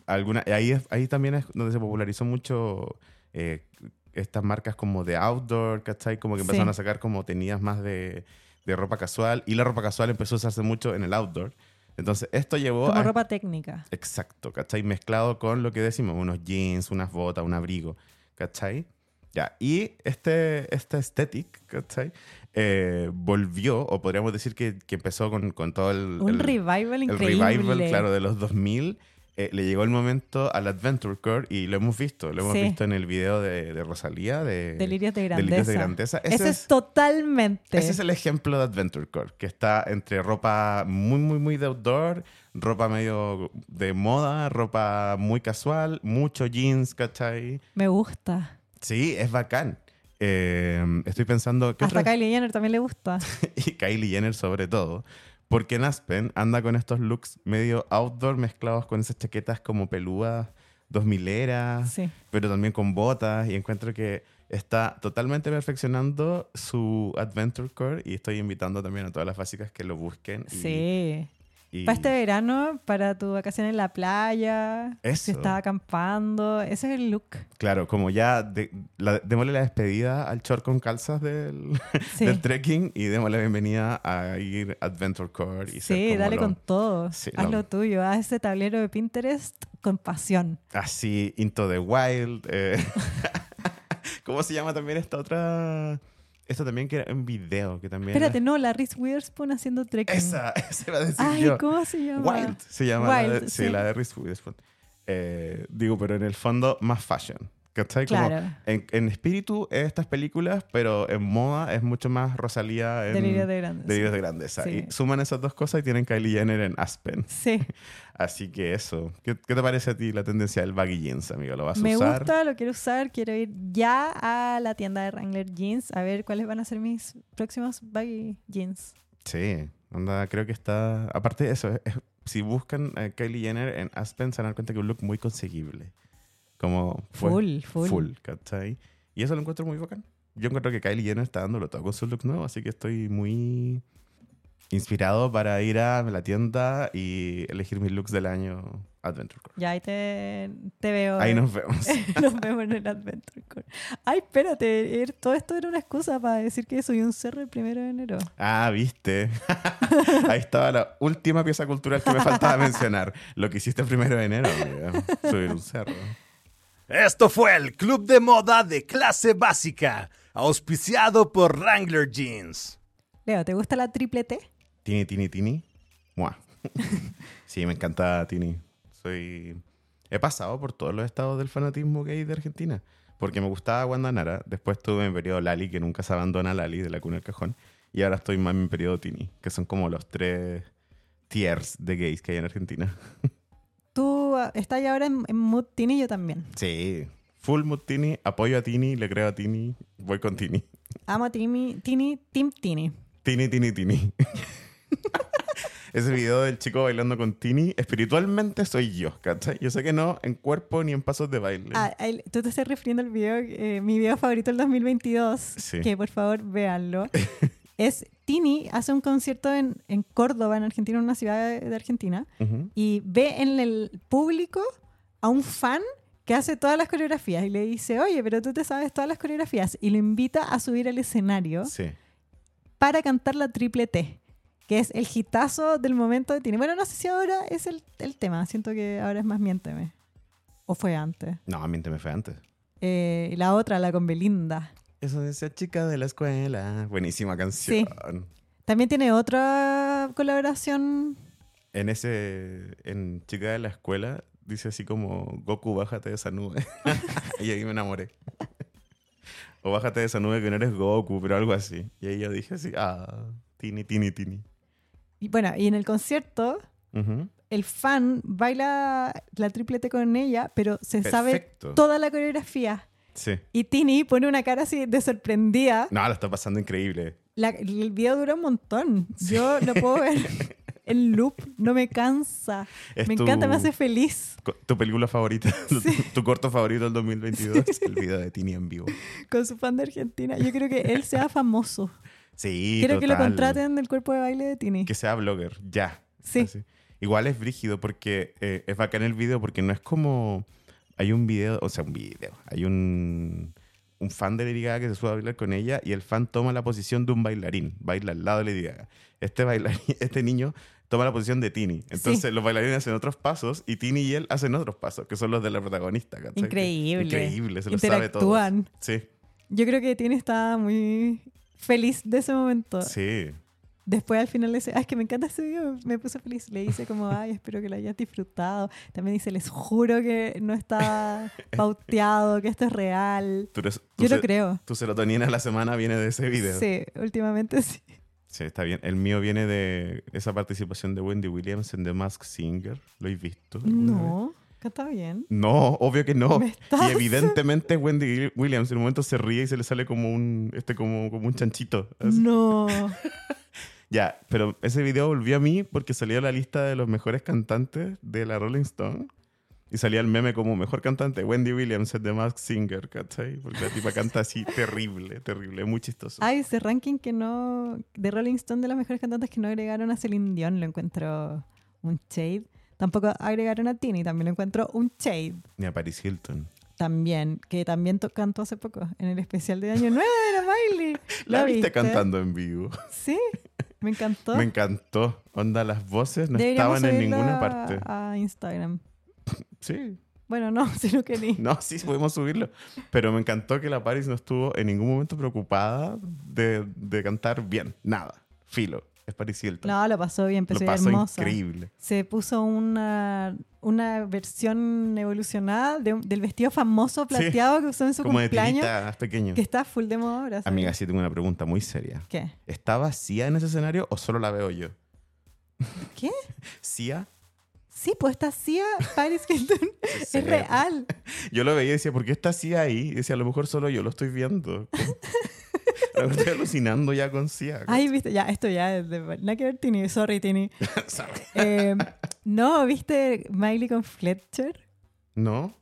[SPEAKER 5] alguna, ahí, es- ahí también es donde se popularizó mucho eh, estas marcas como de outdoor, ¿cachai? Como que
[SPEAKER 2] Sí.
[SPEAKER 5] empezaron a sacar como tenidas más de, de ropa casual y la ropa casual empezó a usarse mucho en el outdoor. Entonces, esto llevó
[SPEAKER 2] Como
[SPEAKER 5] a...
[SPEAKER 2] ropa técnica.
[SPEAKER 5] Exacto, ¿cachai? Mezclado con lo que decimos, unos jeans, unas botas, un abrigo, ¿cachai? Ya, y este, este aesthetic, ¿cachai? Eh, volvió, o podríamos decir que, que empezó con, con todo el...
[SPEAKER 2] Un
[SPEAKER 5] el-
[SPEAKER 2] revival
[SPEAKER 5] el
[SPEAKER 2] increíble.
[SPEAKER 5] revival, claro, de los 2000. eh, le llegó el momento al Adventure Core y lo hemos visto. Lo hemos
[SPEAKER 2] Sí.
[SPEAKER 5] visto en el video de, de Rosalía, de...
[SPEAKER 2] Delirios de grandeza.
[SPEAKER 5] Delirios de grandeza. Ese
[SPEAKER 2] Ese, es,
[SPEAKER 5] es-
[SPEAKER 2] totalmente.
[SPEAKER 5] Ese es el ejemplo de Adventure Core, que está entre ropa muy, muy, muy de outdoor, ropa medio de moda, ropa muy casual, mucho jeans, ¿cachai?
[SPEAKER 2] Me gusta.
[SPEAKER 5] Sí, es bacán. Eh, estoy pensando... ¿qué
[SPEAKER 2] Hasta
[SPEAKER 5] otra-
[SPEAKER 2] Kylie Jenner también le gusta.
[SPEAKER 5] y Kylie Jenner sobre todo, porque en Aspen anda con estos looks medio outdoor mezclados con esas chaquetas como peludas, dos mileras,
[SPEAKER 2] Sí.
[SPEAKER 5] pero también con botas y encuentro que está totalmente perfeccionando su Adventure Core y estoy invitando también a todas las básicas que lo busquen. y-
[SPEAKER 2] Sí.
[SPEAKER 5] y-
[SPEAKER 2] Para este verano, para tu vacación en la playa, si
[SPEAKER 5] Eso.
[SPEAKER 2] estás acampando, ese es el look.
[SPEAKER 5] Claro, como ya de- la- démosle la despedida al short con calzas del,
[SPEAKER 2] Sí.
[SPEAKER 5] del trekking y démosle la bienvenida a ir Adventure Core. Y ser
[SPEAKER 2] Sí,
[SPEAKER 5] como
[SPEAKER 2] dale
[SPEAKER 5] lo-
[SPEAKER 2] con todo.
[SPEAKER 5] Sí,
[SPEAKER 2] haz
[SPEAKER 5] lo-
[SPEAKER 2] lo tuyo, haz ese tablero de Pinterest con pasión.
[SPEAKER 5] así Into the Wild. eh. ¿Cómo se llama también esta otra? Esta también que era en video, que también...
[SPEAKER 2] Espérate, no, la Reese Witherspoon haciendo trekking.
[SPEAKER 5] Esa, esa iba a decir
[SPEAKER 2] Ay,
[SPEAKER 5] yo.
[SPEAKER 2] ¿cómo se llama?
[SPEAKER 5] Wild se llama. la
[SPEAKER 2] Wild,
[SPEAKER 5] de- sí,
[SPEAKER 2] sí.
[SPEAKER 5] la de Reese Witherspoon. Eh, digo, pero en el fondo, más fashion. ¿Cachai? Como
[SPEAKER 2] Claro.
[SPEAKER 5] en, en espíritu es estas películas, pero en moda es mucho más Rosalía en
[SPEAKER 2] Delirios de grandeza.
[SPEAKER 5] Delirios de grandeza.
[SPEAKER 2] Sí.
[SPEAKER 5] Y suman esas dos cosas y tienen Kylie Jenner en Aspen.
[SPEAKER 2] Sí,
[SPEAKER 5] Así que eso. ¿Qué, qué te parece a ti la tendencia del baggy jeans, amigo? ¿Lo vas a
[SPEAKER 2] me
[SPEAKER 5] usar?
[SPEAKER 2] gusta, lo quiero usar, quiero ir ya a la tienda de Wrangler Jeans a ver cuáles van a ser mis próximos baggy jeans.
[SPEAKER 5] Sí, onda, creo que está. Aparte de eso, es- es- si buscan a Kylie Jenner en Aspen, se van a dar cuenta que es un look muy conseguible. Como. fue-
[SPEAKER 2] Full, full.
[SPEAKER 5] Full, ¿cachai? Y eso lo encuentro muy bacán. Yo encuentro que Kylie Jenner está dándolo todo con su look nuevo, así que estoy muy inspirado para ir a la tienda y elegir mis looks del año Adventure Core.
[SPEAKER 2] Ya ahí te, te veo. eh,
[SPEAKER 5] Ahí nos vemos.
[SPEAKER 2] Nos vemos en el Adventure Core. Ay, espérate, er- todo esto era una excusa para decir que soy un cerro el primero de enero.
[SPEAKER 5] Ah, viste. Ahí estaba la última pieza cultural que me faltaba mencionar. Lo que hiciste el primero de enero, amiga. Subir un cerro.
[SPEAKER 3] Esto fue el Club de Moda de Clase Básica, auspiciado por Wrangler Jeans.
[SPEAKER 2] Leo, ¿te gusta la triple T?
[SPEAKER 5] Tini, tini, tini. Mua. Sí, me encanta Tini. Soy. He pasado por todos los estados del fanatismo gay de Argentina. Porque me gustaba Wanda Nara. Después tuve mi periodo Lali, que nunca se abandona Lali de la cuna al cajón. Y ahora estoy más en mi periodo Tini, que son como los tres tiers de gays que hay en Argentina.
[SPEAKER 2] Tú ah, estás ya ahora en, en mood teen y yo también.
[SPEAKER 5] Sí. Full mood Tini, apoyo a Tini, le creo a Tini, voy con Tini.
[SPEAKER 2] Amo a Tini, Tini, Team Tini.
[SPEAKER 5] Tini, Tini, Tini. Ese video del chico bailando con Tini, espiritualmente soy yo, ¿cachai? Yo sé que no en cuerpo ni en pasos de baile.
[SPEAKER 2] Ah, el- tú te estás refiriendo al video, eh, mi video favorito del 2022,
[SPEAKER 5] Sí.
[SPEAKER 2] que por favor véanlo. es Tini hace un concierto en, en Córdoba, en Argentina, en una ciudad de, de Argentina,
[SPEAKER 5] Ujú.
[SPEAKER 2] y ve en el público a un fan que hace todas las coreografías y le dice, oye, pero tú te sabes todas las coreografías, y lo invita a subir al escenario
[SPEAKER 5] Sí.
[SPEAKER 2] para cantar la triple T. que es el hitazo del momento de Tini. Bueno, no sé si ahora es el, el tema, siento que ahora es más Miénteme. O fue antes.
[SPEAKER 5] No, miénteme fue antes.
[SPEAKER 2] Eh, y la otra, la con Belinda.
[SPEAKER 5] Eso de esa chica de la escuela. Buenísima canción.
[SPEAKER 2] También tiene otra colaboración.
[SPEAKER 5] En ese. En Chica de la Escuela dice así como: Goku, bájate de esa nube. y ahí me enamoré. o bájate de esa nube que no eres Goku, pero algo así. Y ahí yo dije así: Ah, tini, tini, tini.
[SPEAKER 2] Y bueno, y en el concierto,
[SPEAKER 5] Ujú.
[SPEAKER 2] el fan baila la triplete con ella, pero se
[SPEAKER 5] Perfecto.
[SPEAKER 2] sabe toda la coreografía.
[SPEAKER 5] Sí.
[SPEAKER 2] Y Tini pone una cara así de sorprendida.
[SPEAKER 5] No, la está pasando increíble.
[SPEAKER 2] La- el video dura un montón. Yo lo puedo ver en loop. No me cansa.
[SPEAKER 5] Es
[SPEAKER 2] me
[SPEAKER 5] tu-
[SPEAKER 2] encanta, me hace feliz.
[SPEAKER 5] Co- Tu película favorita, tu- tu corto favorito del 2022 es el video de Tini en vivo.
[SPEAKER 2] Con su fan de Argentina. Yo creo que él sea famoso.
[SPEAKER 5] Sí,
[SPEAKER 2] Quiero que lo
[SPEAKER 5] total.
[SPEAKER 2] contraten del cuerpo de baile de Tini.
[SPEAKER 5] Que sea blogger, ya.
[SPEAKER 2] Sí.
[SPEAKER 5] Así. Igual es brígido porque eh, es bacán el video porque no es como... Hay un video, o sea, un video. Hay un, un fan de Lady Gaga que se sube a bailar con ella y el fan toma la posición de un bailarín. Baila al lado de Lady Gaga. Este, bailarín, este niño toma la posición de Tini. Entonces los bailarines hacen otros pasos y Tini y él hacen otros pasos, que son los de la protagonista. ¿cachai? Que-
[SPEAKER 2] Increíble.
[SPEAKER 5] Increíble, se lo sabe todo.
[SPEAKER 2] Interactúan.
[SPEAKER 5] Sí,
[SPEAKER 2] Yo creo que Tini está muy feliz de ese momento.
[SPEAKER 5] sí.
[SPEAKER 2] Después al final le dice, ay, es que me encanta ese video, me puso feliz. Le dice como, ay, espero que lo hayas disfrutado. También dice, les juro que no está pauteado, que esto es real.
[SPEAKER 5] Tú eres- tú
[SPEAKER 2] Yo lo
[SPEAKER 5] se-
[SPEAKER 2] creo.
[SPEAKER 5] Tu serotonina de la semana viene de ese video.
[SPEAKER 2] Sí, últimamente sí.
[SPEAKER 5] Sí, está bien. El mío viene de esa participación de Wendy Williams en The Mask Singer. ¿Lo habéis visto? alguna vez?
[SPEAKER 2] No, canta bien.
[SPEAKER 5] No, obvio que no.
[SPEAKER 2] Me estás-
[SPEAKER 5] Y evidentemente Wendy Williams en un momento se ríe y se le sale como un, este, como, como un chanchito. así.
[SPEAKER 2] No.
[SPEAKER 5] Ya, pero ese video volvió a mí porque salió la lista de los mejores cantantes de la Rolling Stone. Y salía el meme como mejor cantante, Wendy Williams en The Mask Singer, ¿cachai? Porque la tipa canta así terrible, terrible, muy chistoso.
[SPEAKER 2] Ay, ese ranking que no, de Rolling Stone de las mejores cantantes que no agregaron a Celine Dion, lo encuentro un shade. Tampoco agregaron a Tini, también lo encuentro un shade.
[SPEAKER 5] Ni a Paris Hilton.
[SPEAKER 2] También, que también to- cantó hace poco, en el especial de Año Nuevo de la Miley.
[SPEAKER 5] La
[SPEAKER 2] ¿Lo
[SPEAKER 5] viste cantando en vivo.
[SPEAKER 2] Sí, me encantó.
[SPEAKER 5] Me encantó. Onda, las voces no
[SPEAKER 2] Deberíamos
[SPEAKER 5] estaban en
[SPEAKER 2] subirlo
[SPEAKER 5] ninguna
[SPEAKER 2] a-
[SPEAKER 5] parte.
[SPEAKER 2] A Mm. Instagram.
[SPEAKER 5] Sí.
[SPEAKER 2] Bueno, no, si no quería.
[SPEAKER 5] No, sí, podemos subirlo. Pero me encantó que la Paris no estuvo en ningún momento preocupada de, de cantar bien. Nada. Filo. Es Paris Hilton.
[SPEAKER 2] No, lo pasó bien,
[SPEAKER 5] Lo
[SPEAKER 2] empezó
[SPEAKER 5] pasó
[SPEAKER 2] hermosa.
[SPEAKER 5] increíble.
[SPEAKER 2] Se puso una, una versión evolucionada de un- del vestido famoso plateado que usó en su
[SPEAKER 5] Como de
[SPEAKER 2] cumpleaños,
[SPEAKER 5] tiritas pequeño.
[SPEAKER 2] que está full de moda ahora. ¿sabes?
[SPEAKER 5] Amiga, sí tengo una pregunta muy seria.
[SPEAKER 2] ¿Qué?
[SPEAKER 5] ¿Está vacía en ese escenario o solo la veo yo?
[SPEAKER 2] ¿Qué?
[SPEAKER 5] ¿Cia?
[SPEAKER 2] Sí, pues esta CIA Paris Hilton es
[SPEAKER 5] sí.
[SPEAKER 2] real.
[SPEAKER 5] Yo lo veía y decía, ¿por qué está así ahí? Y decía, a lo mejor solo yo lo estoy viendo. Como- a lo mejor estoy alucinando ya con Sia.
[SPEAKER 2] Ay, viste, ya, esto ya es de... Nada que ver, Tini, sorry, Tini.
[SPEAKER 5] ¿Sabes?
[SPEAKER 2] Eh, no, ¿viste Miley con Fletcher?
[SPEAKER 5] ¿No?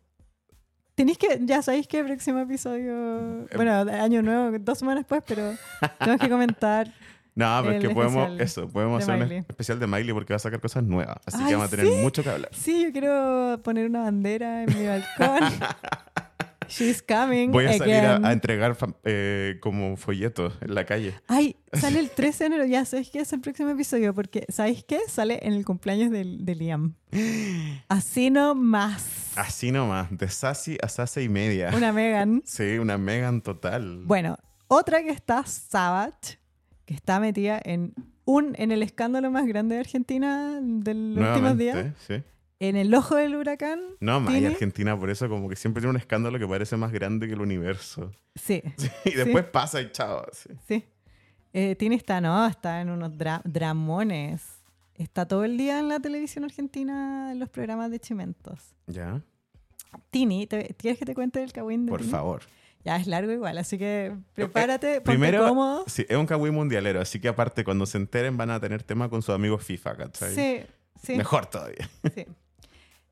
[SPEAKER 2] Tenéis que, ya sabéis que el próximo episodio,
[SPEAKER 5] Eh,
[SPEAKER 2] bueno, de año nuevo, dos semanas después, pero tenemos que comentar.
[SPEAKER 5] No, pero es
[SPEAKER 2] El
[SPEAKER 5] que podemos,
[SPEAKER 2] especial
[SPEAKER 5] eso, podemos
[SPEAKER 2] de
[SPEAKER 5] hacer un
[SPEAKER 2] Miley.
[SPEAKER 5] especial de Miley porque va a sacar cosas nuevas. Así
[SPEAKER 2] Ay,
[SPEAKER 5] que vamos a tener
[SPEAKER 2] ¿sí?
[SPEAKER 5] mucho que hablar.
[SPEAKER 2] Sí, yo quiero poner una bandera en mi balcón. She's coming.
[SPEAKER 5] Voy a salir a,
[SPEAKER 2] again.
[SPEAKER 5] a entregar fam- eh, como folletos en la calle.
[SPEAKER 2] Ay, sale el 13 de enero, ya sabéis que es el próximo episodio, porque ¿sabéis qué? Sale en el cumpleaños de, de Liam. Así no más.
[SPEAKER 5] Así nomás, de Sassy a Sassy y media.
[SPEAKER 2] Una Megan.
[SPEAKER 5] Sí, una Megan total.
[SPEAKER 2] Bueno, otra que está Savage, que está metida en un en el escándalo más grande de Argentina de los últimos
[SPEAKER 5] Nuevamente,
[SPEAKER 2] días.
[SPEAKER 5] Sí.
[SPEAKER 2] en el ojo del huracán.
[SPEAKER 5] No, más, y
[SPEAKER 2] Tini.
[SPEAKER 5] Argentina por eso como que siempre tiene un escándalo que parece más grande que el universo.
[SPEAKER 2] Sí,
[SPEAKER 5] Y después pasa y chao. sí.
[SPEAKER 2] sí. Eh, Tini está, no, está en unos dra- dramones. Está todo el día en la televisión argentina en los programas de Chimentos.
[SPEAKER 5] ¿Ya?
[SPEAKER 2] Tini, ¿te- ¿quieres que te cuente el cagüín de
[SPEAKER 5] Por
[SPEAKER 2] Tini?
[SPEAKER 5] favor.
[SPEAKER 2] Ya es largo igual, así que prepárate,
[SPEAKER 5] Eh,
[SPEAKER 2] ponte cómodo.
[SPEAKER 5] sí, es un kawaii mundialero, así que aparte cuando se enteren van a tener tema con sus amigos FIFA, ¿cachai?
[SPEAKER 2] Sí, sí.
[SPEAKER 5] Mejor todavía.
[SPEAKER 2] Sí.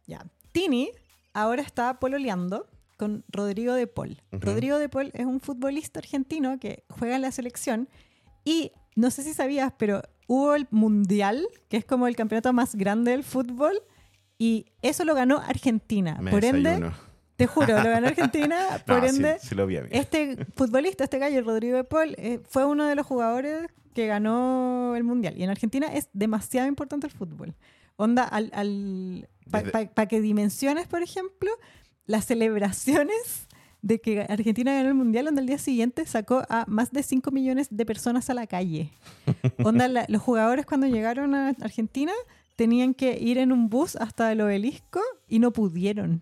[SPEAKER 2] Ya. Tini ahora está pololeando con Rodrigo de Paul. Rodrigo de Paul es un futbolista argentino que juega en la selección y no sé si sabías, pero hubo el Mundial, que es como el campeonato más grande del fútbol, y eso lo ganó Argentina.
[SPEAKER 5] Me
[SPEAKER 2] Por ende,
[SPEAKER 5] desayuno.
[SPEAKER 2] Te juro, lo ganó Argentina.
[SPEAKER 5] No,
[SPEAKER 2] Por
[SPEAKER 5] sí-
[SPEAKER 2] ende,
[SPEAKER 5] sí, lo vi a mí.
[SPEAKER 2] este futbolista, este gallo, el Rodrigo de Paul, eh, fue uno de los jugadores que ganó el Mundial. Y en Argentina es demasiado importante el fútbol. Onda, al, para
[SPEAKER 5] Desde-
[SPEAKER 2] que dimensiones, por ejemplo, las celebraciones de que Argentina ganó el Mundial, donde al día siguiente sacó a más de 5 millones de personas a la calle. Onda, la- los jugadores cuando llegaron a Argentina tenían que ir en un bus hasta el obelisco y no pudieron.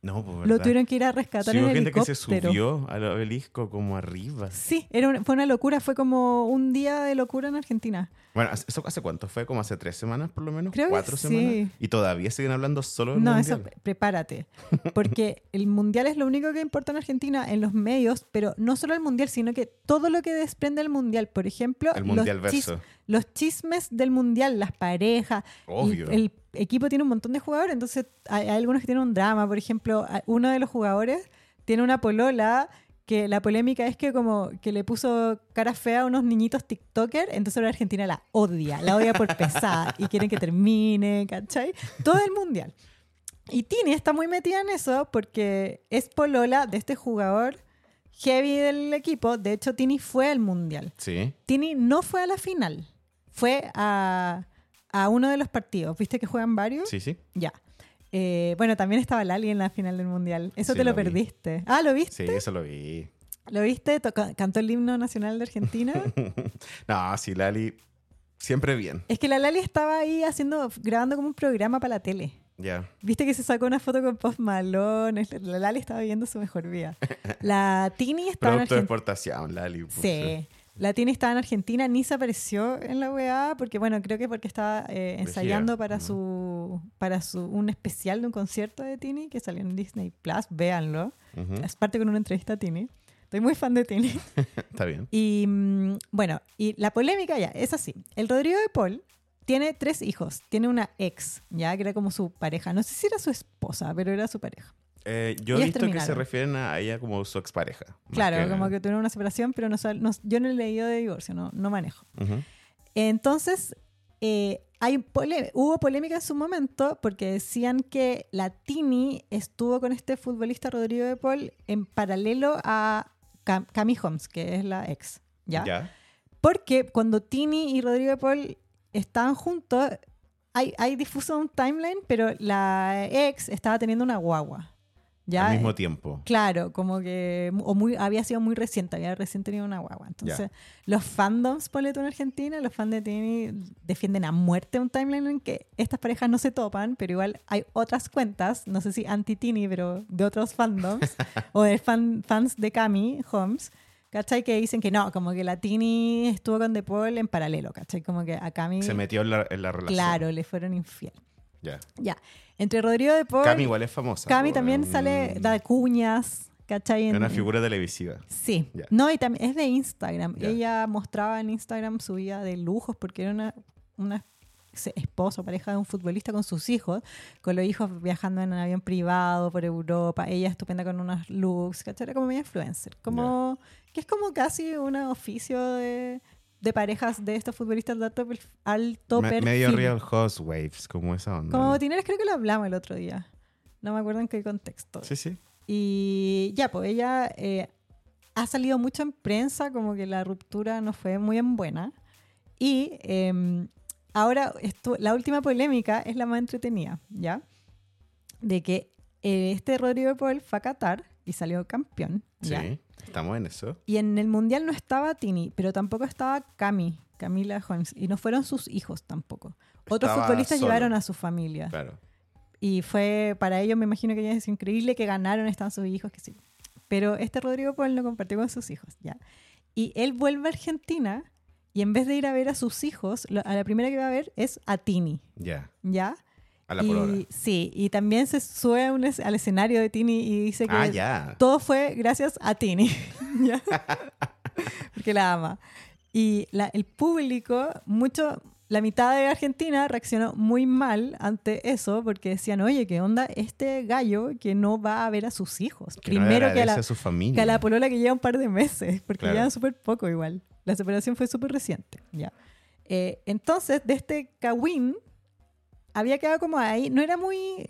[SPEAKER 5] No, pues,
[SPEAKER 2] Lo
[SPEAKER 5] ¿verdad?
[SPEAKER 2] tuvieron que ir a rescatar en
[SPEAKER 5] Sí, hubo gente que
[SPEAKER 2] helicóptero.
[SPEAKER 5] se subió al obelisco como arriba.
[SPEAKER 2] Sí, era una- fue una locura, fue como un día de locura en Argentina.
[SPEAKER 5] Bueno, ¿hace- ¿eso hace cuánto? ¿Fue como hace tres semanas por lo menos?
[SPEAKER 2] Creo que
[SPEAKER 5] ¿Cuatro
[SPEAKER 2] sí.
[SPEAKER 5] semanas? Y todavía siguen hablando solo del
[SPEAKER 2] No,
[SPEAKER 5] mundial.
[SPEAKER 2] eso, prepárate, porque el mundial es lo único que importa en Argentina, en los medios, pero no solo el mundial, sino que todo lo que desprende el mundial, por ejemplo,
[SPEAKER 5] El mundial
[SPEAKER 2] los, chis-
[SPEAKER 5] verso.
[SPEAKER 2] los chismes del mundial, las parejas, y
[SPEAKER 5] Obvio.
[SPEAKER 2] el equipo tiene un montón de jugadores, entonces hay, hay algunos que tienen un drama, por ejemplo, a- uno de los jugadores tiene una polola que la polémica es que como que le puso cara fea a unos niñitos TikToker, entonces ahora Argentina la odia, la odia por pesada y quieren que termine, ¿cachai? Todo el mundial. Y Tini está muy metida en eso porque es polola de este jugador heavy del equipo. De hecho, Tini fue al mundial.
[SPEAKER 5] Sí.
[SPEAKER 2] Tini no fue a la final, fue a, a uno de los partidos. ¿Viste que juegan varios?
[SPEAKER 5] Sí, sí.
[SPEAKER 2] Ya. Eh, bueno, también estaba Lali en la final del mundial. Eso
[SPEAKER 5] Sí,
[SPEAKER 2] te lo,
[SPEAKER 5] lo vi.
[SPEAKER 2] perdiste. Ah, ¿lo viste?
[SPEAKER 5] Sí, eso lo vi.
[SPEAKER 2] ¿Lo viste? Toca- cantó el himno nacional de Argentina.
[SPEAKER 5] No, sí, Lali, siempre bien.
[SPEAKER 2] es que la Lali estaba ahí haciendo, grabando como un programa para la tele.
[SPEAKER 5] Ya.
[SPEAKER 2] Viste que se sacó una foto con Post Malone. La Lali estaba viviendo su mejor vida. La Tini estaba en
[SPEAKER 5] Producto de
[SPEAKER 2] Argentina.
[SPEAKER 5] exportación, Lali. pues,
[SPEAKER 2] Sí. La Tini estaba en Argentina, ni se apareció en la UEA, porque bueno, creo que porque estaba eh, ensayando para
[SPEAKER 5] Ujú.
[SPEAKER 2] su para su un especial de un concierto de Tini que salió en Disney Plus, véanlo.
[SPEAKER 5] Ujú.
[SPEAKER 2] Es parte con una entrevista a Tini. Estoy muy fan de Tini.
[SPEAKER 5] Está bien.
[SPEAKER 2] Y mm, bueno, y la polémica ya es así. El Rodrigo de Paul tiene tres hijos. Tiene una ex, ya que era como su pareja. No sé si era su esposa, pero era su pareja.
[SPEAKER 5] Eh, yo he
[SPEAKER 2] Ellos
[SPEAKER 5] visto que se
[SPEAKER 2] terminaron.
[SPEAKER 5] refieren a ella como su expareja. más
[SPEAKER 2] Claro, como que tuvieron una separación, pero no, sab- no- yo no he leído de divorcio, no, no manejo.
[SPEAKER 5] Ujú.
[SPEAKER 2] Entonces, eh, hay pole- hubo polémica en su momento porque decían que la Tini estuvo con este futbolista Rodrigo de Paul en paralelo a Cam- Cami Holmes, que es la ex. ¿ya?
[SPEAKER 5] ¿Ya?
[SPEAKER 2] Porque cuando Tini y Rodrigo de Paul estaban juntos, hay, hay difuso un timeline, pero la ex estaba teniendo una guagua. ¿ya? eh,
[SPEAKER 5] Al mismo tiempo.
[SPEAKER 2] Claro, como que mu- o muy, había sido muy reciente, había recién tenido una guagua. Entonces, los fandoms, ponle tú en Argentina, los fans de Tini defienden a muerte un timeline en que estas parejas no se topan, pero igual hay otras cuentas, no sé si anti-Tini, pero de otros fandoms, o de fan- fans de Cami Holmes, ¿cachai? Que dicen que no, como que la Tini estuvo con De Paul en paralelo, ¿cachai? Como que a Cami,
[SPEAKER 5] Se metió en la, en la relación.
[SPEAKER 2] claro, le fueron infiel.
[SPEAKER 5] Ya.
[SPEAKER 2] Ya, entre Rodrigo De Paul...
[SPEAKER 5] Cami igual es famosa.
[SPEAKER 2] Cami
[SPEAKER 5] po,
[SPEAKER 2] también
[SPEAKER 5] es un-
[SPEAKER 2] sale, da cuñas, ¿cachai?
[SPEAKER 5] es
[SPEAKER 2] En-
[SPEAKER 5] una figura televisiva.
[SPEAKER 2] Sí.
[SPEAKER 5] Ya.
[SPEAKER 2] No, y también es de Instagram.
[SPEAKER 5] Ya.
[SPEAKER 2] Ella mostraba en Instagram su vida de lujos porque era una, una se- esposa o pareja de un futbolista con sus hijos, con los hijos viajando en un avión privado por Europa, ella estupenda con unos looks, ¿cachai? Era como media influencer. Como, Que es como casi un oficio de, de parejas de estos futbolistas de alto, perf- alto
[SPEAKER 5] Me-
[SPEAKER 2] perfil.
[SPEAKER 5] medio real host waves, como esa onda.
[SPEAKER 2] Como
[SPEAKER 5] ¿no?
[SPEAKER 2] botineras creo que lo hablamos el otro día. No me acuerdo en qué contexto.
[SPEAKER 5] Sí, sí.
[SPEAKER 2] Y ya, pues ella eh, ha salido mucho en prensa, como que la ruptura no fue muy en buena. Y eh, ahora estu- la última polémica es la más entretenida, ¿ya? De que eh, este Rodrigo de Paul fue a Qatar y salió campeón.
[SPEAKER 5] Sí.
[SPEAKER 2] ¿ya?
[SPEAKER 5] Estamos en eso.
[SPEAKER 2] Y en el Mundial no estaba Tini, pero tampoco estaba Cami, Camila Holmes. Y no fueron sus hijos tampoco. Otros
[SPEAKER 5] Estaba
[SPEAKER 2] futbolistas
[SPEAKER 5] solo.
[SPEAKER 2] llevaron a su familia.
[SPEAKER 5] Claro.
[SPEAKER 2] Y fue para ellos, me imagino que ya es increíble que ganaron, están sus hijos, que sí. Pero este Rodrigo Paul lo compartió con sus hijos, ya. Y él vuelve a Argentina y en vez de ir a ver a sus hijos, lo- a la primera que va a ver es a Tini,
[SPEAKER 5] Ya.
[SPEAKER 2] ¿ya?
[SPEAKER 5] A la
[SPEAKER 2] y,
[SPEAKER 5] polola.
[SPEAKER 2] Sí, y también se sube a un es- al escenario de Tini y dice que
[SPEAKER 5] Ah, ya.
[SPEAKER 2] todo fue gracias a Tini, ¿ya? porque la ama. Y la- el público, mucho, la mitad de Argentina reaccionó muy mal ante eso, porque decían, oye, ¿qué onda este gallo que no va a ver a sus hijos?
[SPEAKER 5] Que no le
[SPEAKER 2] Primero que a,
[SPEAKER 5] agradece
[SPEAKER 2] la,
[SPEAKER 5] a su familia.
[SPEAKER 2] que a la polola que lleva un par de meses, porque
[SPEAKER 5] Claro.
[SPEAKER 2] llevan súper poco igual. La separación fue súper reciente, ya. Eh, entonces, de este Kawin había quedado como ahí, no era muy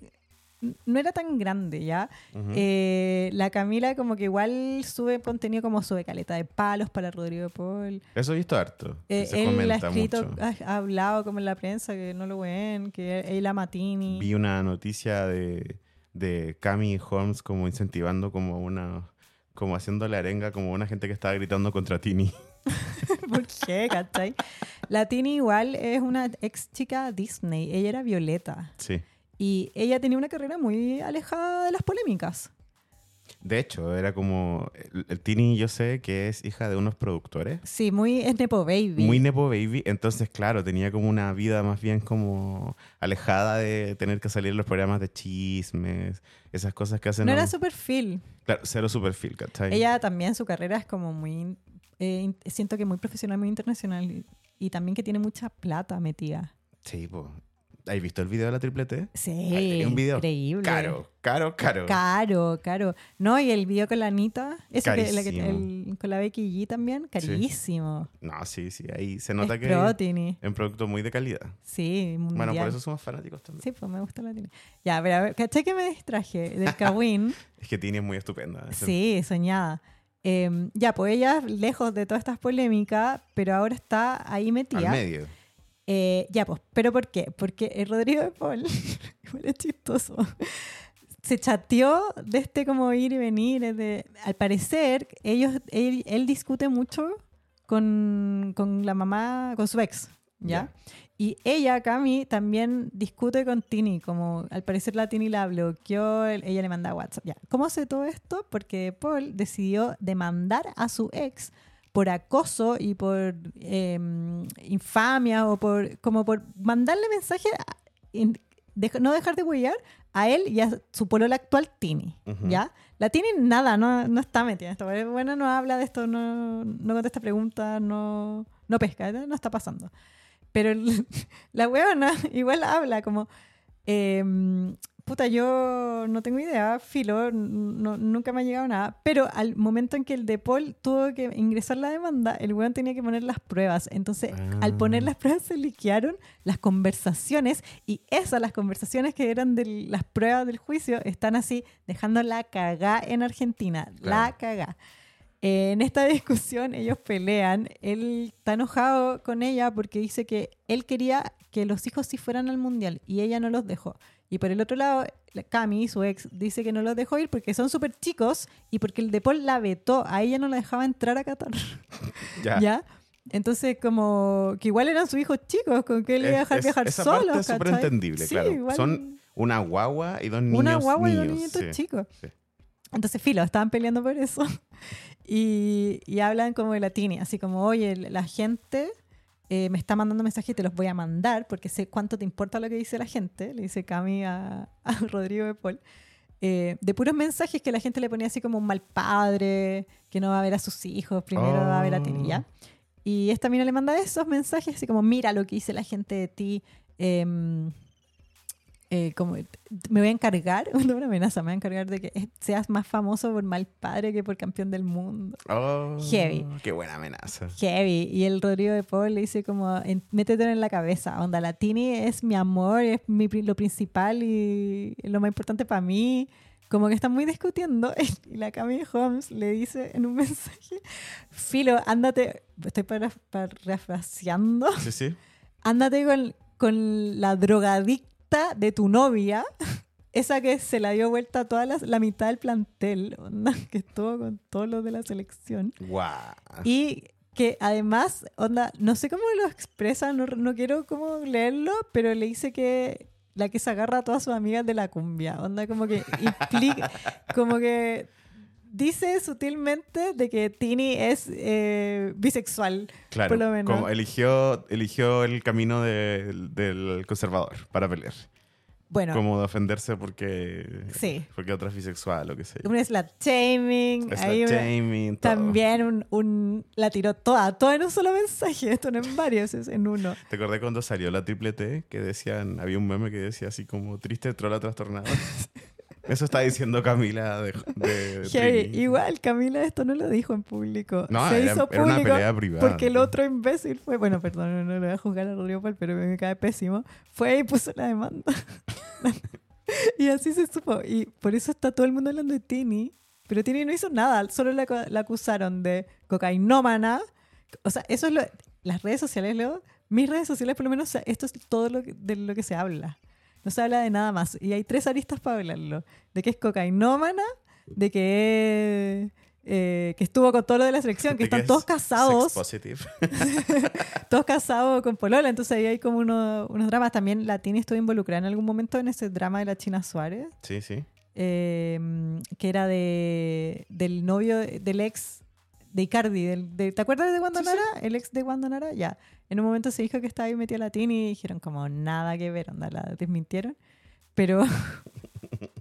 [SPEAKER 2] no era tan grande, ¿ya? Eh, la Camila como que igual sube contenido como sube caleta de palos para Rodrigo de Paul.
[SPEAKER 5] Eso he visto harto.
[SPEAKER 2] Eh,
[SPEAKER 5] se
[SPEAKER 2] él ha
[SPEAKER 5] comenta
[SPEAKER 2] escrito,
[SPEAKER 5] mucho.
[SPEAKER 2] ha, ha hablado como en la prensa que no lo ven, que él la Matini.
[SPEAKER 5] Vi una noticia de, de Cami Holmes como incentivando como una... Como haciendo la arenga como una gente que estaba gritando contra Tini.
[SPEAKER 2] ¿Por qué, cachai? La Tini igual es una ex chica Disney. Ella era Violeta.
[SPEAKER 5] Sí.
[SPEAKER 2] Y ella tenía una carrera muy alejada de las polémicas.
[SPEAKER 5] De hecho, era como... El, el Tini yo sé que es hija de unos productores.
[SPEAKER 2] Sí, muy es Nepo Baby.
[SPEAKER 5] Muy Nepo Baby, entonces claro, tenía como una vida más bien como alejada de tener que salir en los programas de chismes, esas cosas que hacen...
[SPEAKER 2] no era
[SPEAKER 5] a-
[SPEAKER 2] su perfil.
[SPEAKER 5] Claro, cero su perfil, ¿cachai?
[SPEAKER 2] Ella también, su carrera es como muy. eh, in- siento que muy profesional, muy internacional. Y, y también que tiene mucha plata metida.
[SPEAKER 5] Sí, po. ¿Has visto el video de la triple T? Ahí
[SPEAKER 2] Sí,
[SPEAKER 5] tenía un video
[SPEAKER 2] increíble.
[SPEAKER 5] Caro, caro, caro.
[SPEAKER 2] Caro, caro. No, y el video con la Anita, ese que- la que-
[SPEAKER 5] Carísimo.
[SPEAKER 2] el- con la Becky G también, carísimo.
[SPEAKER 5] no, sí, sí, ahí se nota
[SPEAKER 2] es
[SPEAKER 5] que
[SPEAKER 2] pro,
[SPEAKER 5] es
[SPEAKER 2] Tini.
[SPEAKER 5] un producto muy de calidad.
[SPEAKER 2] Sí, mundial.
[SPEAKER 5] Bueno, por eso somos fanáticos también.
[SPEAKER 2] Sí, pues me gusta la Tini. Ya, pero a ver, caché que me distraje del Kawin.
[SPEAKER 5] Es que Tini es muy estupenda. Es
[SPEAKER 2] sí, soñada. Eh, ya, pues ella, lejos de todas estas polémicas, pero ahora está ahí
[SPEAKER 5] Al
[SPEAKER 2] metida.
[SPEAKER 5] medio.
[SPEAKER 2] Eh, ya, pues, ¿pero por qué? Porque el Rodrigo de Paul, igual es chistoso, se chateó de este como ir y venir. es de- al parecer, ellos, él, él discute mucho con, con la mamá, con su ex, ¿ya? Y ella, Cami, también discute con Tini, como al parecer la Tini la bloqueó, él- ella le manda WhatsApp, ¿ya? ¿Cómo hace todo esto? Porque Paul decidió demandar a su ex por acoso y por eh, infamia o por como por mandarle mensaje a- en- dej- no dejar de huellar a él y a su polola actual Tini
[SPEAKER 5] Ujú.
[SPEAKER 2] ya la Tini nada no, no está metida en esto bueno no habla de esto no, no contesta preguntas no no pesca ¿eh? no está pasando pero el- la huevona igual habla como em, puta, yo no tengo idea, filo, no- nunca me ha llegado nada. Pero al momento en que el de Paul tuvo que ingresar la demanda, el weón tenía que poner las pruebas. Entonces, al poner las pruebas, se liquearon las conversaciones y esas, las conversaciones que eran de las pruebas del juicio, están así dejando la cagá en Argentina. La
[SPEAKER 5] Claro.
[SPEAKER 2] cagá. En esta discusión ellos pelean. Él está enojado con ella porque dice que él quería que los hijos sí fueran al mundial y ella no los dejó. Y por el otro lado, la Cami, su ex, dice que no los dejó ir porque son súper chicos y porque el de Paul la vetó. A ella no la dejaba entrar a Qatar.
[SPEAKER 5] Ya.
[SPEAKER 2] ¿Ya? Entonces, como que igual eran sus hijos chicos, con que él iba a dejar
[SPEAKER 5] Es- es-
[SPEAKER 2] viajar
[SPEAKER 5] esa
[SPEAKER 2] solo.
[SPEAKER 5] Parte es súper entendible, claro. Son una guagua y dos niños.
[SPEAKER 2] una guagua y dos
[SPEAKER 5] niños,
[SPEAKER 2] niñitos
[SPEAKER 5] sí.
[SPEAKER 2] chicos.
[SPEAKER 5] sí.
[SPEAKER 2] Entonces, filo, estaban peleando por eso. Y, y hablan como de la tini, así como, oye, la gente eh, me está mandando mensajes y te los voy a mandar porque sé cuánto te importa lo que dice la gente, le dice Cami a, a Rodrigo de Paul. Eh, de puros mensajes que la gente le ponía así como un mal padre, que no va a ver a sus hijos, primero va a ver a Tini, ¿ya? Y esta mina le manda esos mensajes así como, mira lo que dice la gente de ti, em, eh, como me voy a encargar, una amenaza, me voy a encargar de que seas más famoso por mal padre que por campeón del mundo.
[SPEAKER 5] Oh,
[SPEAKER 2] Heavy.
[SPEAKER 5] Qué buena amenaza.
[SPEAKER 2] Heavy. Y el Rodrigo de Paul le dice como, en- métetelo en la cabeza, onda, la Tini es mi amor, es mi, pri- lo principal y lo más importante para mí. Como que están muy discutiendo y la Camille Holmes le dice en un mensaje, Filo, ándate, estoy para- parafraseando,
[SPEAKER 5] Sí, sí.
[SPEAKER 2] ándate con, con la drogadicta de tu novia, esa que se la dio vuelta a toda la, la mitad del plantel, onda, que estuvo con todos los de la selección.
[SPEAKER 5] Guau.
[SPEAKER 2] Y que además, onda, no sé cómo lo expresa, no, no quiero cómo leerlo, pero le dice que la que se agarra a todas sus amigas de la cumbia, onda, como que implica, como que dice sutilmente de que Tini es eh, bisexual.
[SPEAKER 5] Claro,
[SPEAKER 2] por lo menos.
[SPEAKER 5] como eligió, eligió el camino de- del conservador para pelear.
[SPEAKER 2] Bueno,
[SPEAKER 5] Como de ofenderse porque,
[SPEAKER 2] Sí.
[SPEAKER 5] porque otra es bisexual o qué sé yo.
[SPEAKER 2] un slut shaming,
[SPEAKER 5] Es
[SPEAKER 2] hay
[SPEAKER 5] la
[SPEAKER 2] una-
[SPEAKER 5] Jamie, todo.
[SPEAKER 2] También un, un- la tiró toda, toda en un solo mensaje, esto no en varios, es en uno.
[SPEAKER 5] Te acordé cuando salió la triple T que decían, había un meme que decía así como triste trola trastornada. Eso está diciendo Camila de, de- de
[SPEAKER 2] Heavy.
[SPEAKER 5] Trini.
[SPEAKER 2] Igual Camila esto no lo dijo en público.
[SPEAKER 5] No,
[SPEAKER 2] Se
[SPEAKER 5] era-
[SPEAKER 2] hizo
[SPEAKER 5] era una
[SPEAKER 2] público
[SPEAKER 5] pelea privada. pues.
[SPEAKER 2] porque el otro imbécil fue, bueno, perdón, no, no lo voy a juzgar a Rodrigo Paul, pero me cae pésimo. Fue y puso la demanda. Y así se supo. Y por eso está todo el mundo hablando de Tini. Pero Tini no hizo nada, solo la, co- la acusaron de cocainómana. O sea, eso es lo. Las redes sociales, Leo, mis redes sociales, por lo menos, o sea, esto es todo lo que- de lo que se habla. No se habla de nada más. Y hay tres aristas para hablarlo: de que es cocainómana, de que, eh, que estuvo con todo lo de la selección, que
[SPEAKER 5] De
[SPEAKER 2] están
[SPEAKER 5] es
[SPEAKER 2] todos
[SPEAKER 5] sex
[SPEAKER 2] casados
[SPEAKER 5] positive.
[SPEAKER 2] todos casados con Polola, entonces ahí hay como uno- unos dramas. También la Tini estuvo involucrada en algún momento en ese drama de la China Suárez,
[SPEAKER 5] Sí, sí.
[SPEAKER 2] eh, que era de, del novio, del ex de Icardi. del- de- ¿Te acuerdas de Guandanara? El ex de Guandanara, ya. En un momento se dijo que estaba ahí metida la Tini y dijeron como nada que ver, onda, la desmintieron. Pero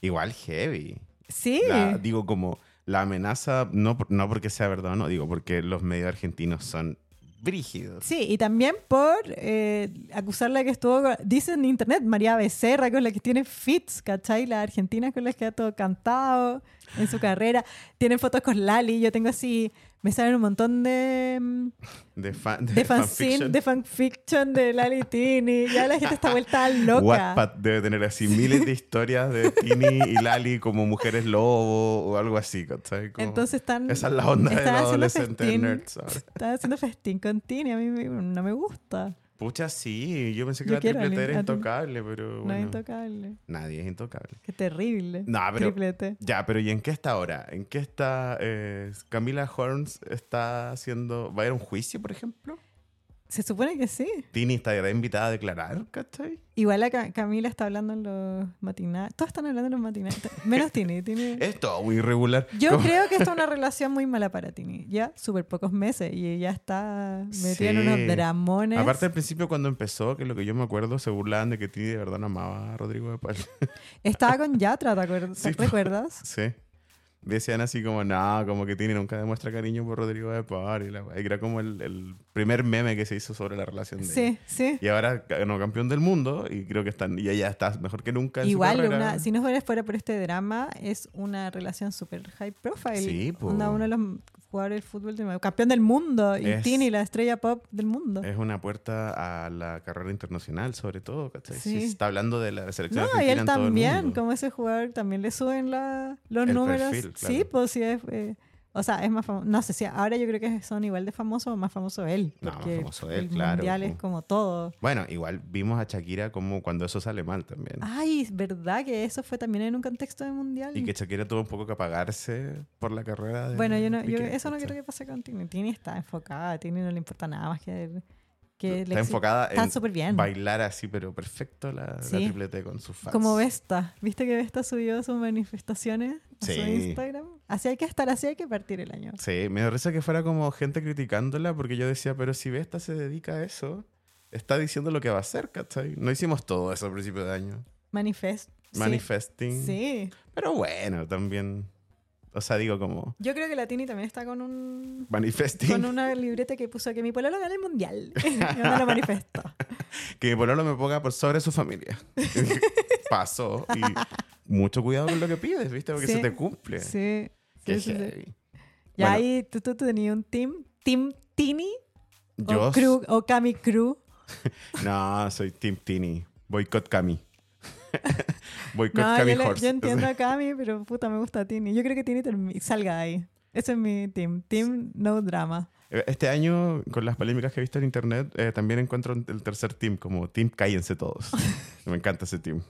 [SPEAKER 5] Igual heavy.
[SPEAKER 2] sí,
[SPEAKER 5] La- digo, como la amenaza, no, por- no porque sea verdad o no, digo, porque los medios argentinos son brígidos.
[SPEAKER 2] sí, y también por eh, acusarla de que estuvo, con- dicen en internet, María Becerra, con la que tiene fits, ¿cachai? Las argentinas con las que ha todo cantado en su carrera. Tienen fotos con Lali, yo tengo así, me salen un montón de, mm,
[SPEAKER 5] De, fan, de,
[SPEAKER 2] de fanzine,
[SPEAKER 5] fanfiction.
[SPEAKER 2] de fanfiction de Lali Tini. Ya la gente está vuelta loca.
[SPEAKER 5] Wattpad debe tener así miles de historias de Tini y Lali como mujeres lobo o algo así, ¿cachai? Como-
[SPEAKER 2] Entonces están...
[SPEAKER 5] Esa es la onda de los
[SPEAKER 2] están haciendo
[SPEAKER 5] adolescentes
[SPEAKER 2] festín.
[SPEAKER 5] nerds ahora.
[SPEAKER 2] Están haciendo festín con Tini, a mí me- no me gusta.
[SPEAKER 5] Pucha, sí. Yo pensé que
[SPEAKER 2] Yo
[SPEAKER 5] la
[SPEAKER 2] quiero
[SPEAKER 5] triple
[SPEAKER 2] a
[SPEAKER 5] T
[SPEAKER 2] Lin-
[SPEAKER 5] era
[SPEAKER 2] a Tini.
[SPEAKER 5] intocable, pero
[SPEAKER 2] No es
[SPEAKER 5] bueno,
[SPEAKER 2] intocable.
[SPEAKER 5] nadie es intocable.
[SPEAKER 2] Qué terrible.
[SPEAKER 5] No, pero-
[SPEAKER 2] Triplete.
[SPEAKER 5] Ya, pero ¿y en qué está ahora? ¿En qué está eh, Camila Horns está haciendo... ¿Va a ir a un juicio, por ejemplo?
[SPEAKER 2] Se supone que sí.
[SPEAKER 5] Tini está invitada a declarar, ¿cachai?
[SPEAKER 2] Igual la Ca- Camila está hablando en los matinales. Todos están hablando en los matinales. Menos Tini. Tini.
[SPEAKER 5] Es todo muy irregular.
[SPEAKER 2] Yo
[SPEAKER 5] Como-
[SPEAKER 2] creo que esta es una relación muy mala para Tini. Ya súper pocos meses y ella está metida en
[SPEAKER 5] Sí.
[SPEAKER 2] unos dramones.
[SPEAKER 5] Aparte al principio cuando empezó, que lo que yo me acuerdo, se burlaban de que Tini de verdad no amaba a Rodrigo de Pal.
[SPEAKER 2] Estaba con Yatra, ¿te, acuer-
[SPEAKER 5] Sí,
[SPEAKER 2] te recuerdas?
[SPEAKER 5] Sí. Decían así como, no, como que Tini nunca demuestra cariño por Rodrigo de Par. Y, la wea. Y era como el, el primer meme que se hizo sobre la relación de
[SPEAKER 2] Sí,
[SPEAKER 5] ellos.
[SPEAKER 2] sí.
[SPEAKER 5] Y ahora ganó campeón del mundo y creo que están, y ella está mejor que nunca en su
[SPEAKER 2] Igual,
[SPEAKER 5] carrera.
[SPEAKER 2] una, si no fuera por este drama, es una relación súper high profile.
[SPEAKER 5] Sí, po.
[SPEAKER 2] Onda, uno de los jugadores del fútbol, del, campeón del mundo. Y
[SPEAKER 5] Es-
[SPEAKER 2] Tini, la estrella pop del mundo.
[SPEAKER 5] Es una puerta a la carrera internacional, sobre todo, ¿cachai?
[SPEAKER 2] Sí.
[SPEAKER 5] Sí, se está hablando de la selección
[SPEAKER 2] No, y
[SPEAKER 5] argentina
[SPEAKER 2] él
[SPEAKER 5] en todo el
[SPEAKER 2] también,
[SPEAKER 5] mundo.
[SPEAKER 2] como ese jugador, también le suben la- los
[SPEAKER 5] El
[SPEAKER 2] números.
[SPEAKER 5] perfil, claro.
[SPEAKER 2] Sí, pues sí, es, eh, o sea, es más famoso. No sé si ahora yo creo que son igual de famosos o más famoso él.
[SPEAKER 5] No, más
[SPEAKER 2] porque
[SPEAKER 5] famoso él,
[SPEAKER 2] el
[SPEAKER 5] claro,
[SPEAKER 2] mundial es
[SPEAKER 5] po.
[SPEAKER 2] como todo.
[SPEAKER 5] Bueno, igual vimos a Shakira como cuando eso sale mal también.
[SPEAKER 2] Ay, es verdad que eso fue también en un contexto de mundial.
[SPEAKER 5] Y que Shakira tuvo un poco que apagarse por la carrera de
[SPEAKER 2] bueno, yo, no, yo
[SPEAKER 5] Piqué,
[SPEAKER 2] eso no
[SPEAKER 5] ¿cachai?
[SPEAKER 2] quiero que pase con Tini. Tini está enfocada, Tini no le importa nada más que, el- que el
[SPEAKER 5] Está
[SPEAKER 2] éxito.
[SPEAKER 5] enfocada
[SPEAKER 2] Está
[SPEAKER 5] en
[SPEAKER 2] súper bien.
[SPEAKER 5] bailar así, pero perfecto la,
[SPEAKER 2] Sí.
[SPEAKER 5] la triple T con sus fans.
[SPEAKER 2] Como Vesta, ¿viste que Vesta subió sus manifestaciones a
[SPEAKER 5] Sí.
[SPEAKER 2] su Instagram? Así hay que estar, así hay que partir el año.
[SPEAKER 5] Sí, me da risa que fuera como gente criticándola porque yo decía, pero si Vesta se dedica a eso, está diciendo lo que va a hacer, ¿cachai? No hicimos todo eso al principio de año.
[SPEAKER 2] Manifest. sí.
[SPEAKER 5] Manifesting.
[SPEAKER 2] Sí.
[SPEAKER 5] Pero bueno, también. O sea, digo como.
[SPEAKER 2] Yo creo que la Tini también está con un
[SPEAKER 5] Manifesting.
[SPEAKER 2] con una libreta que puso que mi pololo gana el mundial. y no lo manifestó.
[SPEAKER 5] Que mi pololo me ponga por sobre su familia. Pasó. Y mucho cuidado con lo que pides, ¿viste? Porque
[SPEAKER 2] Sí.
[SPEAKER 5] se te cumple.
[SPEAKER 2] Sí.
[SPEAKER 5] Qué
[SPEAKER 2] sí, sí, sí. Y
[SPEAKER 5] heavy. Bueno.
[SPEAKER 2] ahí tú, tú, tú tenías un team, team Tini
[SPEAKER 5] Yo.
[SPEAKER 2] o, crew, o Cami Crew.
[SPEAKER 5] No, soy Team Tini. Boycott Cami. Boycott
[SPEAKER 2] No, yo,
[SPEAKER 5] Cami
[SPEAKER 2] le- yo
[SPEAKER 5] Horse.
[SPEAKER 2] entiendo a Cami, pero puta, me gusta Tini. Yo creo que Tini termi- salga de ahí. Ese es mi team. Team No Drama.
[SPEAKER 5] Este año, con las polémicas que he visto en internet, eh, también encuentro el tercer team, como Team Cállense Todos. Me encanta ese team.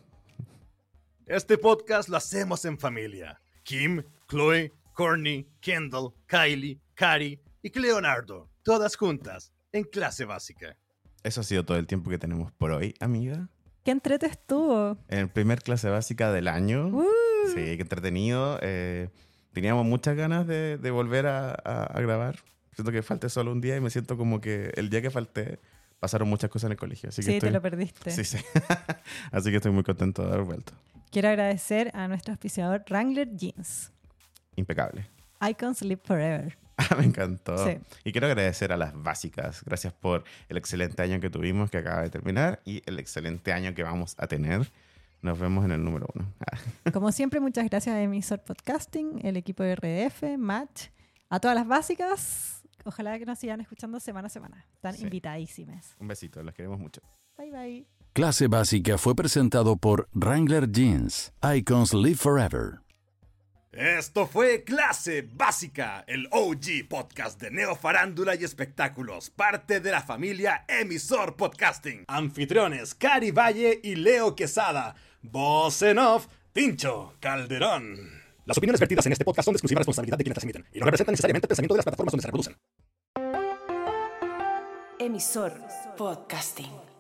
[SPEAKER 3] Este podcast lo hacemos en familia. Kim, Chloe, Courtney, Kendall, Kylie, Cari y Leonardo, todas juntas, en clase básica.
[SPEAKER 5] Eso ha sido todo el tiempo que tenemos por hoy, amiga.
[SPEAKER 2] ¿Qué entrete estuvo?
[SPEAKER 5] En el primer clase básica del año.
[SPEAKER 2] ¡Uh!
[SPEAKER 5] Sí, qué entretenido. eh, teníamos muchas ganas de, de volver a, a- a grabar. Siento que falté solo un día y me siento como que el día que falté pasaron muchas cosas en el colegio. Así
[SPEAKER 2] Sí,
[SPEAKER 5] que
[SPEAKER 2] te
[SPEAKER 5] estoy-
[SPEAKER 2] lo perdiste.
[SPEAKER 5] Sí, sí. Así que estoy muy contento de haber vuelto.
[SPEAKER 2] Quiero agradecer a nuestro auspiciador Wrangler Jeans.
[SPEAKER 5] Impecable.
[SPEAKER 2] Icons Live Forever.
[SPEAKER 5] Ah, Me encantó.
[SPEAKER 2] Sí.
[SPEAKER 5] Y quiero agradecer a las básicas. Gracias por el excelente año que tuvimos, que acaba de terminar, y el excelente año que vamos a tener. Nos vemos en el número uno. Ah,
[SPEAKER 2] Como siempre, muchas gracias a Emisor Podcasting, el equipo de RDF, Match, a todas las básicas. Ojalá que nos sigan escuchando semana a semana. Están
[SPEAKER 5] Sí.
[SPEAKER 2] invitadísimas.
[SPEAKER 5] Un besito, las queremos mucho.
[SPEAKER 2] Bye bye.
[SPEAKER 4] Clase Básica fue presentado por Wrangler Jeans. Icons Live Forever.
[SPEAKER 3] Esto fue Clase Básica, el OG podcast de Neo Farándula y Espectáculos, parte de la familia Emisor Podcasting. Anfitriones Cari Valle y Leo Quesada. Voz en off, Tincho Calderón. Las opiniones vertidas en este podcast son de exclusiva responsabilidad de quienes las emiten y no representan necesariamente el pensamiento de las plataformas donde se reproducen.
[SPEAKER 1] Emisor Podcasting.